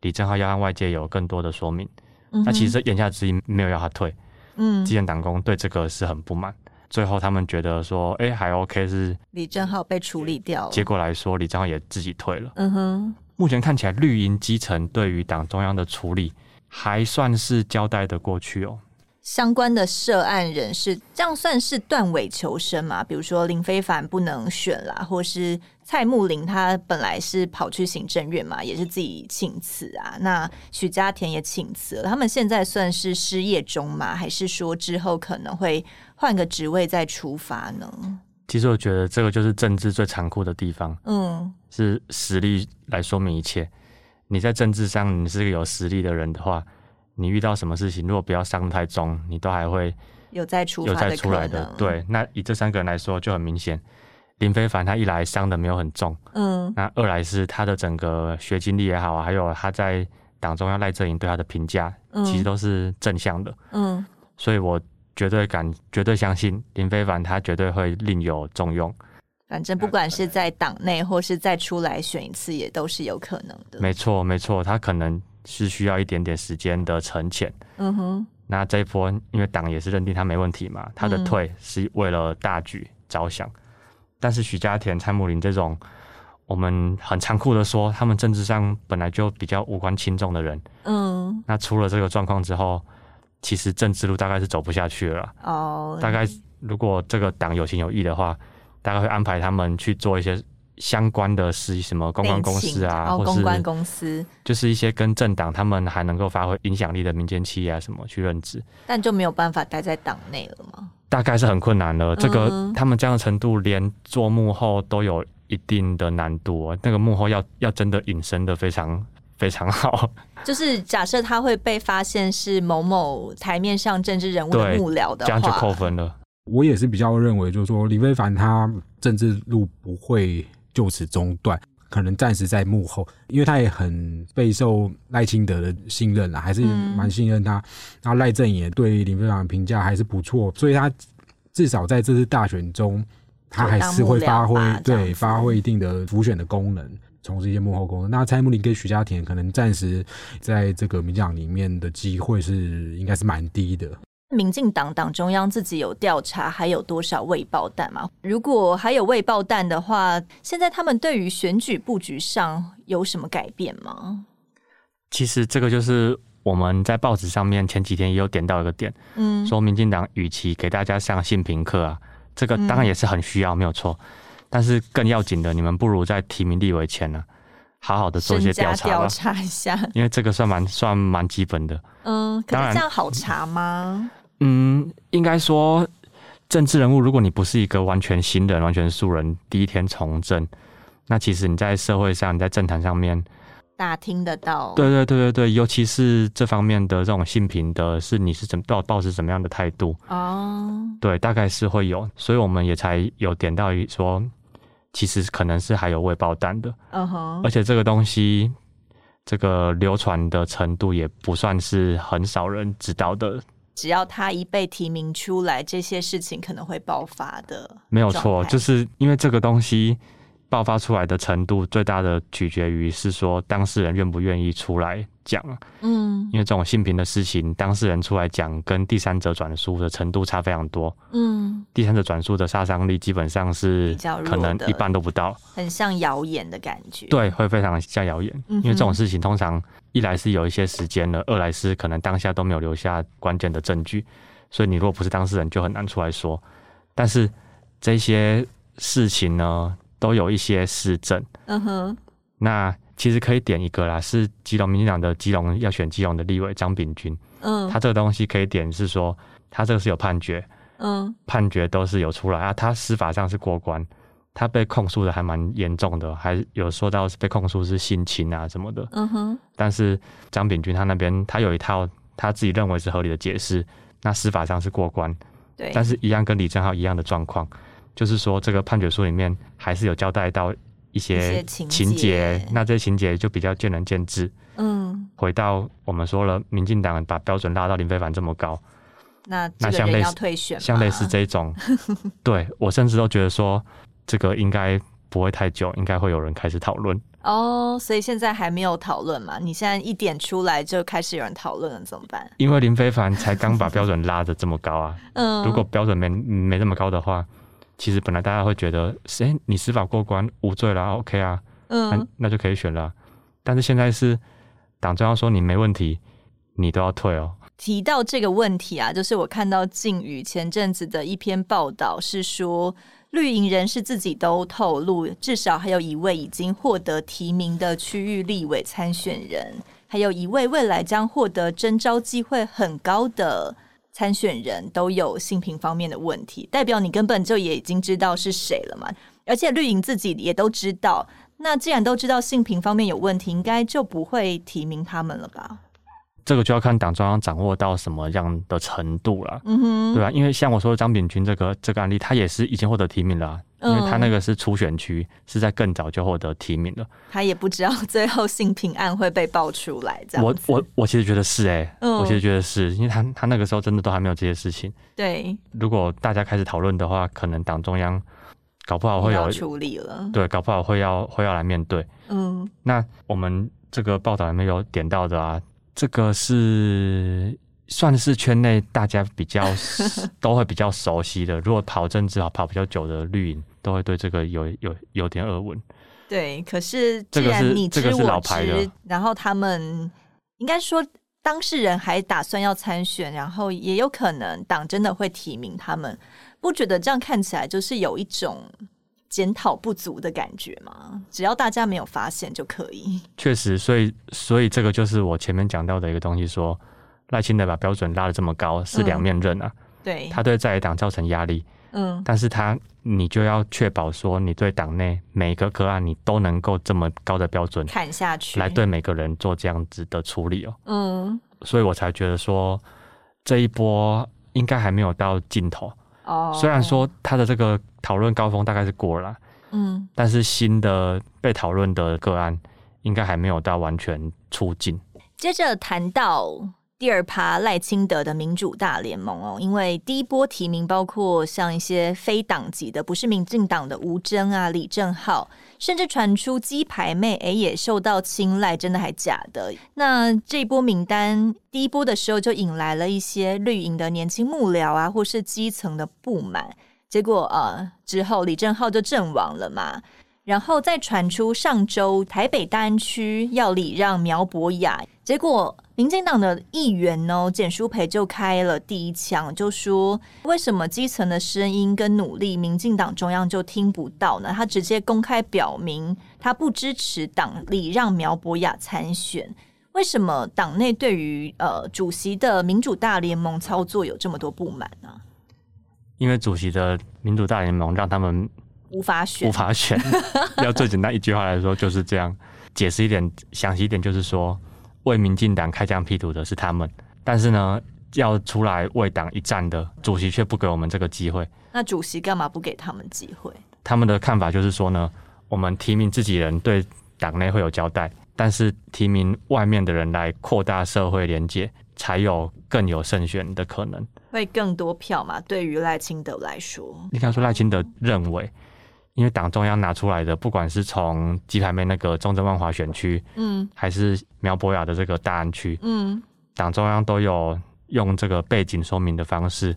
李正浩要让外界有更多的说明。
嗯
那
哼
其实言下之意没有要他退，
嗯
基，层党工对这个是很不满。最后他们觉得说，哎、还 OK 是
李正浩被处理掉了，
结果来说，李正浩也自己退了。
嗯哼，
目前看起来，绿营基层对于党中央的处理还算是交代的过去哦。
相关的涉案人士，这样算是断尾求生嘛？比如说林非凡不能选啦，或是蔡穆林他本来是跑去行政院嘛，也是自己请辞啊。那许家田也请辞了，他们现在算是失业中嘛？还是说之后可能会换个职位再出发呢？
其实我觉得这个就是政治最残酷的地方，
嗯
是实力来说明一切。你在政治上你是个有实力的人的话，你遇到什么事情，如果不要伤太重，你都还会
有再出
有
发
再
的可
出
能，
来的。，对，那以这三个人来说就很明显，林非凡他一来伤的没有很重，
嗯
那二来是他的整个学经历也好啊，还有他在党中央赖政营对他的评价，
嗯
其实都是正向的，
嗯
所以我绝对敢、绝对相信林非凡他绝对会另有重用。
反正不管是在党内或是再出来选一次，也都是有可能的。
没错，没错，他可能是需要一点点时间的沉潜。
嗯哼，
那这一波，因为党也是认定他没问题嘛，他的
嗯
退是为了大局着想。但是许家田、蔡穆林这种，我们很残酷的说，他们政治上本来就比较无关轻重的人，
嗯。
那出了这个状况之后，其实政治路大概是走不下去了啦。
哦，
大概如果这个党有情有义的话，大概会安排他们去做一些相关的事，什么公关公司
内
啊，
勤哦，
或
公关
是
公司，
就是一些跟政党他们还能够发挥影响力的民间企业啊什么去任职，
但就没有办法待在党内了嘛。
大概是很困难的。这个、
嗯
他们这样的程度，连做幕后都有一定的难度、哦。那个幕后要要真的隐身的非常非常好，
就是假设他会被发现是某某台面上政治人物的
对
幕僚的
这样就扣
话，
分了。
我也是比较认为，就是说李非凡他政治路不会就此中断，可能暂时在幕后，因为他也很备受赖清德的信任啦，还是
嗯
蛮信任他。那赖政也对林非凡的评价还是不错，所以他至少在这次大选中，他还是会发
就
挥
当幕僚吧这样
对
子
发挥一定的辅选的功能。从事一些幕后工作，那蔡穆林跟徐家田可能暂时在这个民进党里面的机会是应该是蛮低的。
民进党党中央自己有调查，还有多少未爆弹吗？如果还有未爆弹的话，现在他们对于选举布局上有什么改变吗？
其实这个就是我们在报纸上面前几天也有点到一个点，
嗯，
说民进党与其给大家上性平课啊，这个当然也是很需要，没有错。但是更要紧的，你们不如在提名立委前呢、好好的做一些
身
调
家
查吧
调，查一下，
因为这个算蛮算蛮基本的。
嗯，可
当
是
然
这样好查吗？
嗯，应该说政治人物，如果你不是一个完全新人、完全素人，第一天从政，那其实你在社会上、你在政坛上面，
打听得到，
对对对对对，尤其是这方面的这种性平的，是你是怎抱抱持怎么样的态度，
哦，
对，大概是会有，所以我们也才有点到于说，其实可能是还有未爆弹的，
嗯哼
而，且这个东西。这个流传的程度也不算是很少人知道的
只要他一被提名出来，这些事情可能会爆发的，
没有错，就是是因为这个东西爆发出来的程度，最大的取决于是说当事人愿不愿意出来讲。
嗯
因为这种性平的事情，当事人出来讲，跟第三者转述的程度差非常多。
嗯，
第三者转述的杀伤力基本上是
比较弱的
可能一半都不到，
很像谣言的感觉，，
对，会非常像谣言。
嗯哼
因为这种事情通常一来是有一些时间了，二来是可能当下都没有留下关键的证据，所以你如果不是当事人，就很难出来说。但是这些事情呢，都有一些实证。
嗯哼，
那其实可以点一个啦，是基隆民进党的基隆要选基隆的立委张炳君，
嗯
他这个东西可以点是说，他这个是有判决，
嗯
判决都是有出来啊，他司法上是过关，他被控诉的还蛮严重的，还有说到是被控诉是性侵啊什么的。
嗯哼，
但是张炳君他那边他有一套他自己认为是合理的解释，那司法上是过关，
对，
但是一样跟李正浩一样的状况，就是说这个判决书里面还是有交代到一
一
些
些情
情节
节，
那这些情节就比较见仁见智。
嗯，
回到我们说了，民进党把标准拉到林非凡这么高，
那这
那
个
像
人
类
要
似
退选吗，
像类似
*laughs*
这种，对我甚至都觉得说，这个应该不会太久，应该会有人开始讨论。
哦，所以现在还没有讨论嘛？你现在一点出来就开始有人讨论了，怎么办？
因为林非凡才刚把标准拉的这么高啊，
*laughs* 嗯，
如果标准没没这么高的话，其实本来大家会觉得，哎，你司法过关无罪啦，OK 啊，那
嗯
那就可以选啦。但是现在是党中央说你没问题，你都要退哦。
提到这个问题啊，就是我看到靖宇前阵子的一篇报道是说。绿营人士自己都透露，至少还有一位已经获得提名的区域立委参选人，还有一位未来将获得征召机会很高的参选人，都有性平方面的问题，代表你根本就也已经知道是谁了嘛。而且绿营自己也都知道，那既然都知道性平方面有问题，应该就不会提名他们了吧？
这个就要看党中央掌握到什么样的程度啦。
嗯哼，
对啊，因为像我说的张炳君这个这个案例，他也是已经获得提名了啊、
嗯
因为他那个是初选区，是在更早就获得提名了。
他也不知道最后性平案会被爆出来，这样
我
子
我我其实觉得是哎、
嗯
我其实觉得是因为他他那个时候真的都还没有这些事情。
对
如果大家开始讨论的话，可能党中央搞不哦好会有
要处理了，
对，搞不好会要会要来面对。
嗯
那我们这个报道里面有点到的啊，这个是算是圈内大家比较都会比较熟悉的。如果跑政治跑跑比较久的绿营，都会对这个有有有点耳闻。
对。可是既
这个
然
是
你知
这个是
我
老
知，
牌的
然后他们应该说当事人还打算要参选，然后也有可能党真的会提名他们，不觉得这样看起来就是有一种检讨不足的感觉吗？只要大家没有发现就可以，
确实，所以所以这个就是我前面讲到的一个东西说赖清德把标准拉得这么高是两面刃啊，
对，
他对在野党造成压力，
嗯
但是他你就要确保说你对党内每一个个案你都能够这么高的标准
砍下去，
来对每个人做这样子的处理哦。
嗯
所以我才觉得说这一波应该还没有到尽头。
哦
虽然，说他的这个讨论高峰大概是过了啦，
嗯，
但是新的被讨论的个案应该还没有到完全出境。
接着谈到第二趴赖清德的民主大联盟哦，因为第一波提名包括像一些非党籍的，不是民进党的吴征啊、李正浩，甚至传出鸡排妹哎也受到青睐，真的还假的？那这一波名单第一波的时候就引来了一些绿营的年轻幕僚啊，或是基层的不满，结果呃之后李正浩就阵亡了嘛，然后再传出上周台北大安区要礼让苗博雅，结果民进党的议员呢简书培就开了第一枪，就说为什么基层的声音跟努力，民进党中央就听不到呢？他直接公开表明他不支持党礼让苗博雅参选。为什么党内对于呃主席的民主大联盟操作有这么多不满呢、
因为主席的民主大联盟让他们
无法选，
无法
*laughs*
选。要最简单一句话来说就是这样，解释一点，详细一点就是说，为民进党开疆辟土的是他们，但是呢，要出来为党一战的主席却不给我们这个机会。
那主席干嘛不给他们机会？
他们的看法就是说呢，我们提名自己人对党内会有交代，但是提名外面的人来扩大社会连结，才有更有胜选的可能。
会更多票嘛？对于赖清德来说，
应该说赖清德认为，因为党中央拿出来的，不管是从鸡排妹那个中正万华选区，
嗯
还是苗博雅的这个大安区，
嗯，
党中央都有用这个背景说明的方式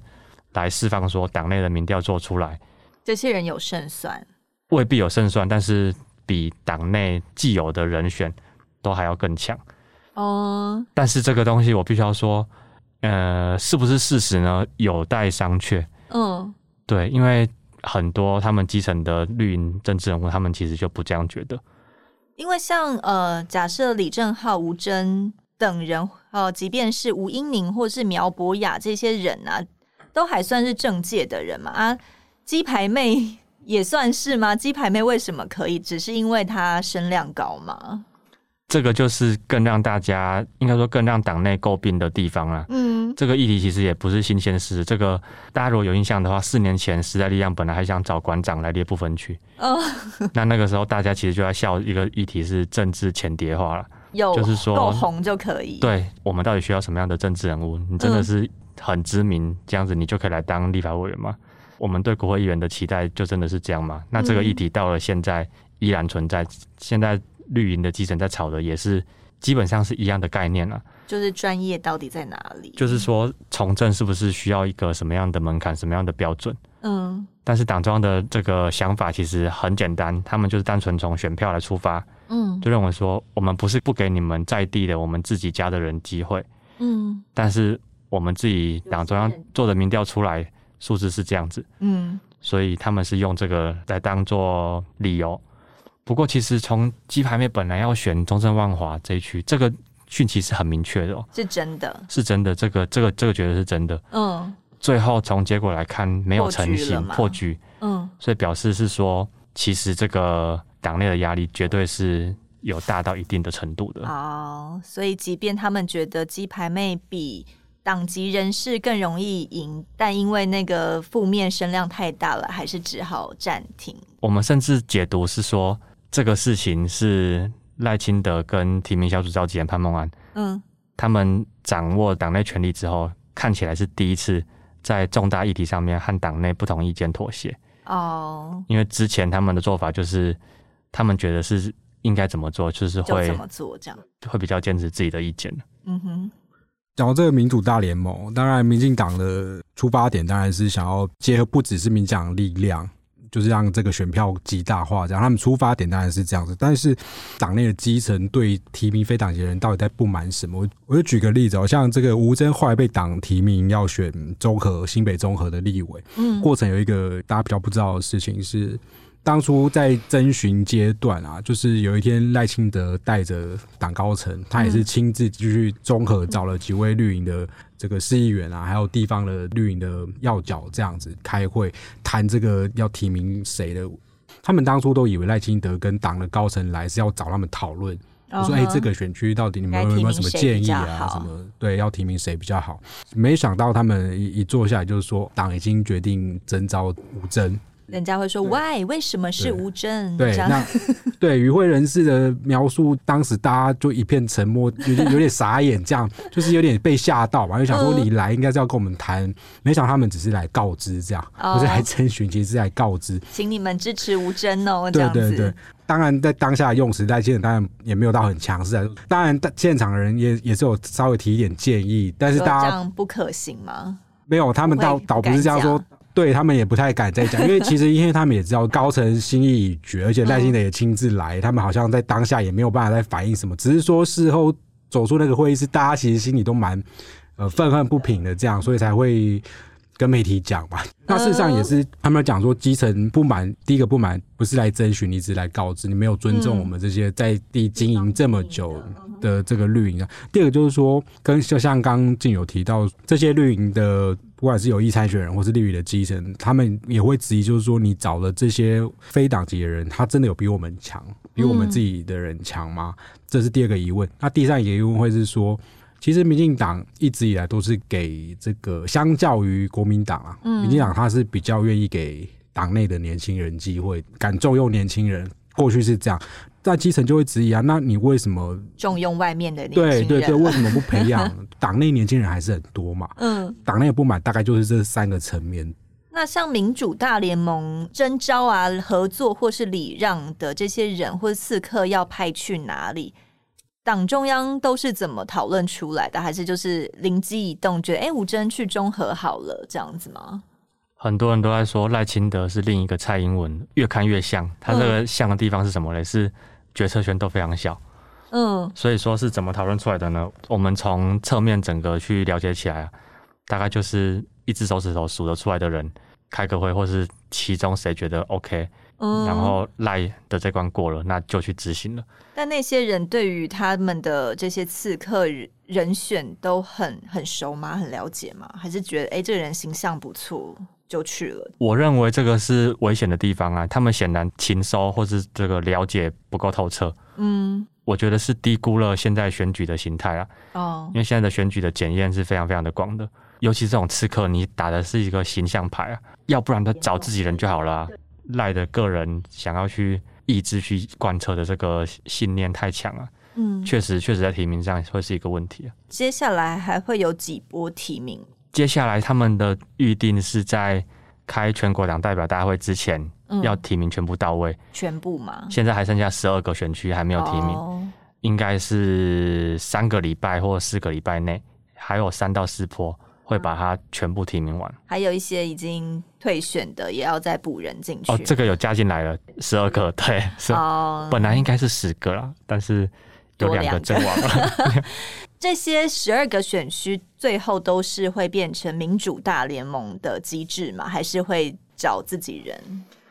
来释放说，党内的民调做出来
这些人有胜算，
未必有胜算，但是比党内既有的人选都还要更强。
哦，
但是这个东西我必须要说，呃，是不是事实呢？有待商榷。
嗯，
对，因为很多他们基层的绿营政治人物，他们其实就不这样觉得。
因为像呃，假设李正浩、吴征等人，呃，即便是吴英宁或是苗博雅这些人啊，都还算是政界的人嘛啊，鸡排妹也算是吗？鸡排妹为什么可以？只是因为她声量高吗？
这个就是更让大家，应该说更让党内诟病的地方啦。
嗯
这个议题其实也不是新鲜事。这个大家如果有印象的话，四年前时代力量本来还想找馆长来列部分区，
哦，
那那个时候大家其实就在笑一个议题是政治浅碟化了。
有
就是说
够红就可以，，
对我们到底需要什么样的政治人物？你真的是很知名，这样子你就可以来当立法委员吗？我们对国会议员的期待就真的是这样吗？那这个议题到了现在依然存在，现在绿营的基层在吵的也是基本上是一样的概念了、啊
就是专业到底在哪里？
就是说从政是不是需要一个什么样的门槛、什么样的标准？
嗯
但是党中央的这个想法其实很简单，他们就是单纯从选票来出发，
嗯
就认为说我们不是不给你们在地的我们自己家的人机会，
嗯
但是我们自己党中央做的民调出来数字是这样子，
嗯
所以他们是用这个来当做理由。不过其实从鸡排妹本来要选中正万华这一区，这个讯息是很明确的、哦，
是真的，
是真的，这个这个这个绝对是真的。
嗯
最后从结果来看，没有成
破局了
型
嘛
破局，
嗯，
所以表示是说，其实这个党内的压力绝对是有大到一定的程度的。
哦，所以即便他们觉得鸡排妹比党籍人士更容易赢，但因为那个负面声量太大了，还是只好暂停。
我们甚至解读是说，这个事情是赖清德跟提名小组召集人潘孟安
嗯
他们掌握党内权力之后，看起来是第一次在重大议题上面和党内不同意见妥协，
哦，
因为之前他们的做法就是，他们觉得是应该怎么做，就是
就
会
这么做这样。
会比较坚持自己的意见。
嗯哼，
讲到这个民主大联盟，当然，民进党的出发点当然是想要结合不只是民进党的力量，就是让这个选票极大化，这样他们出发点当然是这样子。但是党内的基层对提名非党籍的人到底在不满什么？我我就举个例子哦，像这个吴征后来被党提名要选中和新北中和的立委，
嗯
过程有一个大家比较不知道的事情是，当初在征询阶段啊，就是有一天赖清德带着党高层，他也是亲自去综合找了几位绿营的这个市议员啊，还有地方的绿营的要角这样子开会谈这个要提名谁的。他们当初都以为赖清德跟党的高层来是要找他们讨论我
哦
说：“哎、
嗯
这个选区到底你们有没有什么建
该提名谁
议
比
啊
较？好
什么对，要提名谁比较好？”没想到他们一一坐下来，就是说党已经决定征召吴征。
人家会说 why 为什么是
对
吴征？
对，
嗯这样 *laughs*
那对与会人士的描述，当时大家就一片沉默，有点有点傻眼，这样就是有点被吓到吧，就想说
嗯
你来应该是要跟我们谈，没想到他们只是来告知这样，
哦
不是来征询，其实是来告知。
请你们支持吴征哦，这
对
样子。
对对，当然在当下用词在现场当然也没有到很强势啊，当然在现场的人也也是有稍微提一点建议，但是
说这
大家
样不可行吗？
没有，他们倒
不会
倒不是这样
敢讲
说。对他们也不太敢再讲，因为其实因为他们也知道高层心意已决，而且赖幸德也亲自来，他们好像在当下也没有办法再反应什么，只是说事后走出那个会议室，大家其实心里都蛮呃愤恨不平的，这样，所以才会跟媒体讲嘛。那事实上也是他们讲说基层不满，第一个不满不是来征询，你只是来告知你没有尊重
嗯
我们这些在地经营这么久的这个绿营啊。第二个就是说，跟就像刚刚静有提到，这些绿营的不管是有意参选人或是绿营的基层，他们也会质疑，就是说你找了这些非党籍的人，他真的有比我们强，比我们自己的人强吗？这是第二个疑问。那第三个疑问会是说，其实民进党一直以来都是给这个，相较于国民党啊，民进党他是比较愿意给党内的年轻人机会，敢重用年轻人。过去是这样，在基层就会质疑啊，那你为什么
重用外面的年轻
对
人，
对对，为什么不培养？
*laughs*
党内年轻人还是很多嘛，
嗯，
党内不满大概就是这三个层面。
那像民主大联盟征召啊、合作或是礼让的这些人或者刺客要派去哪里？党中央都是怎么讨论出来的？还是就是灵机一动，觉得哎，吴征去中和好了这样子吗？
很多人都在说赖清德是另一个蔡英文，越看越像。他这个像的地方是什么嘞？是决策权都非常小，
嗯，
所以说是怎么讨论出来的呢？我们从侧面整个去了解起来啊，大概就是一只手指头数得出来的人开个会，或是其中谁觉得 OK，、
嗯
然后赖的这关过了，那就去执行了。
但那些人对于他们的这些刺客人选都很很熟吗？很了解吗？还是觉得哎、诶这个人形象不错就去了？
我认为这个是危险的地方啊，他们显然情收或是这个了解不够透彻，
嗯，
我觉得是低估了现在选举的形态啊。
哦
因，为现在的选举的检验是非常非常的广的，尤其这种刺客，你打的是一个形象牌啊，要不然他找自己人就好了、啊。赖的个人想要去意志去贯彻的这个信念太强啊，
嗯，
确实确实在提名上会是一个问题啊。
接下来还会有几波提名？
接下来他们的预定是在开全国党代表大会之前
嗯
要提名全部到位，
全部吗？
现在还剩下十二个选区还没有提名，
哦
应该是三个礼拜或四个礼拜内，还有三到四波会
嗯
把它全部提名完。
还有一些已经退选的也要再补人进去。嗯
哦，这个有加进来了，十二个，对，是、
哦
本来应该是十个啦，但是有
多
两
两
个
个
阵亡了。
*laughs* 这些十二个选区最后都是会变成民主大联盟的机制吗？还是会找自己人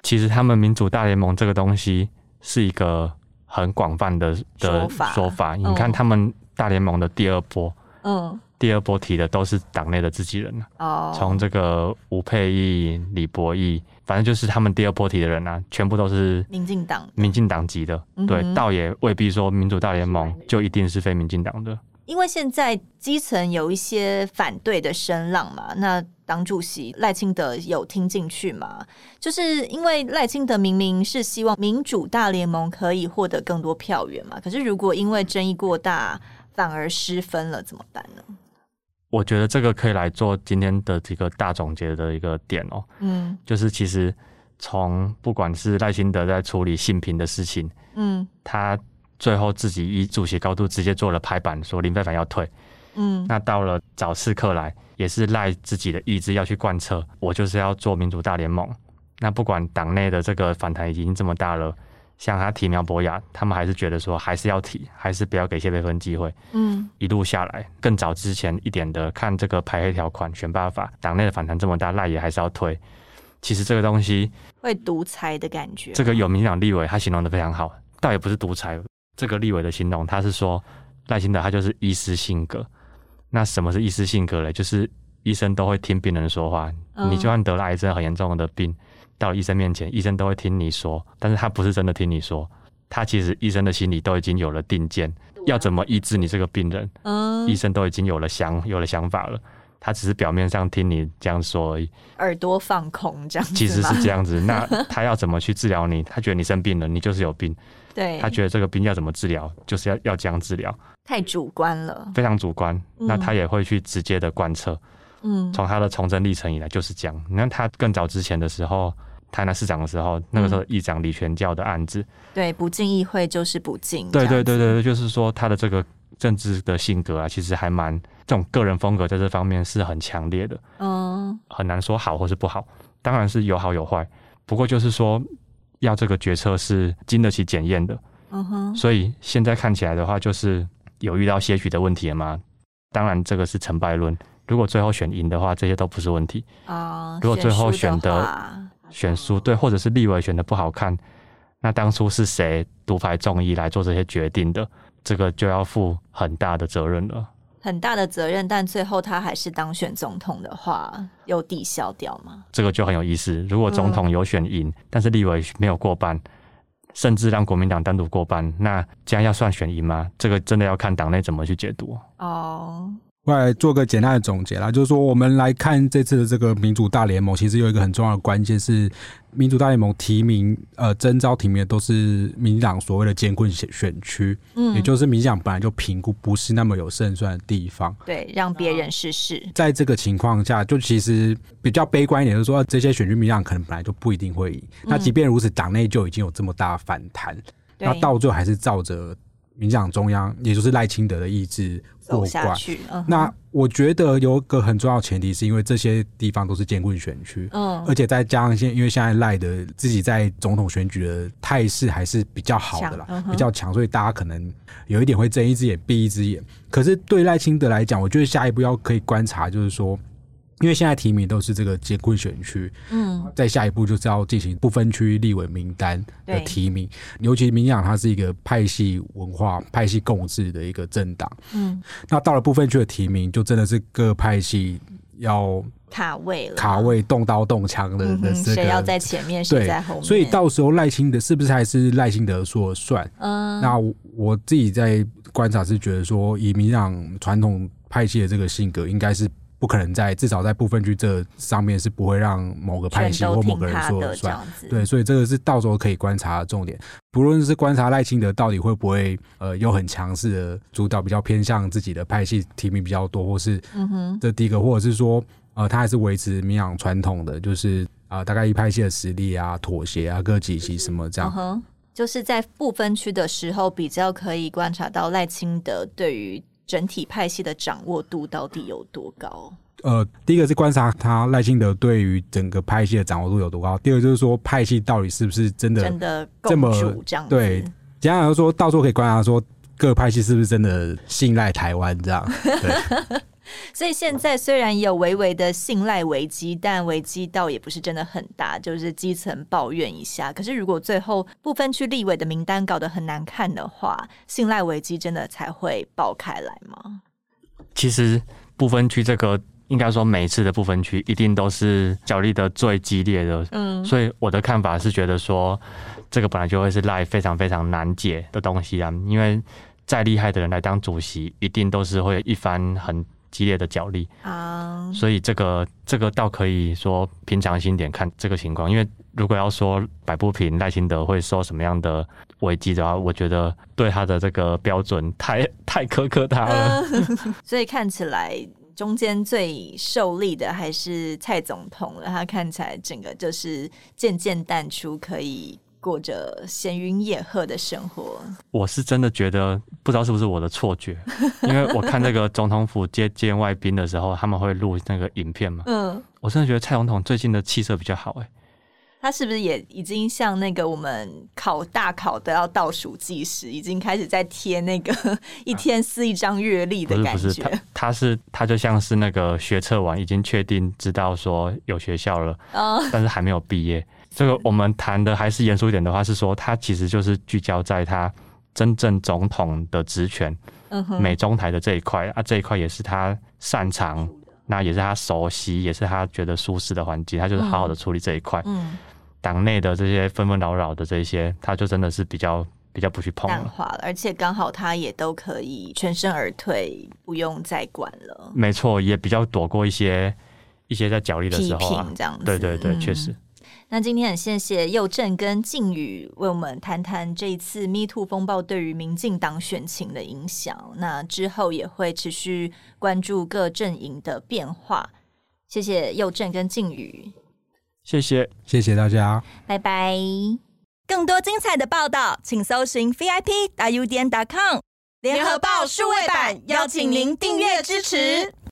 其实他们民主大联盟这个东西是一个很广泛的的
说法
你看
嗯
他们大联盟的第二波，
嗯，
第二波提的都是党内的自己人啊，
哦，
从这个吴佩益、李博义，反正就是他们第二波提的人啊，全部都是
民进党
民进党籍的，
嗯
对，
哼
倒也未必说民主大联盟就一定是非民进党的。
因为现在基层有一些反对的声浪嘛，那党主席赖清德有听进去吗？就是因为赖清德明明是希望民主大联盟可以获得更多票源嘛，可是如果因为争议过大反而失分了，怎么办呢？
我觉得这个可以来做今天的这个大总结的一个点哦，
嗯
就是其实从不管是赖清德在处理性平的事情，
嗯
他最后自己以主席高度直接做了拍板，说林非凡要退。
嗯
那到了找刺客来，也是赖自己的意志要去贯彻，我就是要做民主大联盟。那不管党内的这个反弹已经这么大了，像他提苗博雅，他们还是觉得说还是要提，还是不要给谢飞芬机会。
嗯
一路下来，更早之前一点的看这个排黑条款、选罢法，党内的反弹这么大，赖也还是要推。其实这个东西，
会独裁的感觉。
这个有民进党立委他形容的非常好，倒也不是独裁。这个立委的形容，他是说赖清德他就是医师性格。那什么是医师性格嘞？就是医生都会听病人说话，
嗯
你就算得了癌症很严重的病，到了医生面前，医生都会听你说，但是他不是真的听你说，他其实医生的心里都已经有了定见，要怎么医治你这个病人，
嗯
医，生都已经有了想有了想法了。他只是表面上听你这样说而已，
耳朵放空这样子
其实
吗
是这样子。那他要怎么去治疗你？他觉得你生病了，你就是有病；
对，
他觉得这个病要怎么治疗，就是要要这样治疗，
太主观了，
非常主观。
嗯
那他也会去直接的贯彻。
嗯，
从他的从政历程以来就是这样。你看他更早之前的时候，台南市长的时候，那个时候议长李全教的案子，
对，不进议会就是不进，
对
这样
对
子
对对，对就是说他的这个政治的性格啊，其实还蛮这种个人风格在这方面是很强烈的，
嗯，
很难说好或是不好，当然是有好有坏。不过就是说，要这个决策是经得起检验的，
嗯哼，
所以现在看起来的话，就是有遇到些许的问题了吗？当然，这个是成败论。如果最后选赢的话，这些都不是问题。
啊，
如果最后
选书
选
的
的
话
选书对，或者是立委选的不好看，那当初是谁独排众议来做这些决定的？这个就要负很大的责任了。
很大的责任，但最后他还是当选总统的话，又抵消掉吗？
这个就很有意思。如果总统有选赢，但是立委没有过半，甚至让国民党单独过半，那这样要算选赢吗？这个真的要看党内怎么去解读。
哦，
我来做个简单的总结啦，就是说我们来看这次的这个民主大联盟，其实有一个很重要的关键是，民主大联盟提名呃征召提名的都是民进党所谓的艰困选选区，
嗯
也就是民进党本来就评估不是那么有胜算的地方。
对，让别人试试，
在这个情况下，就其实比较悲观一点，就是说啊这些选区民进党可能本来就不一定会赢。那即便如此，党内就已经有这么大的反弹，
对
那，到最后还是照着民进党中央，也就是赖清德的意志
走
过
下
关。
去，嗯哼，
那我觉得有一个很重要的前提，是因为这些地方都是艰困选区，
嗯
而且再加上现因为现在赖的自己在总统选举的态势还是比较好的啦，
强嗯哼
比较强，所以大家可能有一点会睁一只眼闭一只眼。可是对赖清德来讲，我觉得下一步要可以观察，就是说。因为现在提名都是这个结棍选区，
嗯，
在下一步就是要进行不分区立委名单的
对
提名，尤其民进党它是一个派系文化、派系共治的一个政党，
嗯，
那到了部分区的提名，就真的是各派系要
卡位了，
卡。位动刀动枪的
嗯
的
哼，
这
谁要
个。
在前面，谁
对
在后面？
所以到时候赖清德是不是还是赖清德说了算？
嗯，
那我我自己在观察是觉得说，以民进党传统派系的这个性格，应该是不可能在至少在部分区这上面是不会让某个派
全
系
都
或某
听
个人
他
说
的
了
这
算。
样子，
对，所以这个是到时候可以观察的重点。不论是观察赖清德到底会不会呃有很强势的主导，比较偏向自己的派系提名比较多，或是
嗯哼，
这第一个，或者是说呃他还是维持民养传统的，就是啊、呃大概一派系的实力啊、妥协啊、各几席什么
嗯
这样。
哼，就是在不分区的时候，比较可以观察到赖清德对于整体派系的掌握度到底有多高。
呃，第一个是观察他赖清德对于整个派系的掌握度有多高，第二个就是说派系到底是不是真的
真的
这
共
么
主这样子，
对简单来说，到时候可以观察说各派系是不是真的信赖台湾这样。
所以现在虽然有微微的信赖危机，但危机倒也不是真的很大，就是基层抱怨一下。可是如果最后部分区立委的名单搞得很难看的话，信赖危机真的才会爆开来吗？
其实不分区这个，应该说每一次的不分区一定都是角力的最激烈的，
嗯，
所以我的看法是觉得说，这个本来就会是赖非常非常难解的东西啊，因为再厉害的人来当主席，一定都是会一番很激烈的角力，
啊，
所以这个这个倒可以说平常心点看这个情况，因为如果要说摆不平赖清德会受什么样的危机的话，我觉得对他的这个标准太 *laughs* 太苛刻他了。
嗯所以看起来中间最受力的还是蔡总统了，他看起来整个就是渐渐淡出，可以过着闲云野鹤的生活。
我是真的觉得，不知道是不是我的错觉，因为我看那个总统府接见外宾的时候，他们会录那个影片嘛，
嗯，
我真的觉得蔡总统最近的气色比较好、欸，
他是不是也已经像那个我们考大考都要倒数计时，已经开始在贴那个 *laughs* 一天撕一张月历
不
的
是
感
不是，
觉
他？他是他就像是那个学测完已经确定知道说有学校了，
嗯，
但是还没有毕业。这个我们谈的还是严肃一点的话，是说他其实就是聚焦在他真正总统的职权，
嗯哼，
美中台的这一块啊，这一块也是他擅长，那也是他熟悉，也是他觉得舒适的环境，他就是好好的处理这一块。
嗯
党内的这些纷纷扰扰的这一些，他就真的是比较
比较不去碰
淡
了。
化了，而且刚好他也都可以全身而退，不用再管
嗯
了，
没错，也比较躲过一些一些在角力的
批
时候啊
评。这样子。
对对对，
嗯
确实。
那今天很谢谢佑正跟靖宇为我们谈谈这一次 Me Too 风暴对于民进党选情的影响。那之后也会持续关注各阵营的变化。谢谢佑正跟靖宇，
谢谢。
谢谢大家。
拜拜。更多精彩的报道，请搜寻 VIP U 点 .com 联
联合报数位版邀请您订阅支持。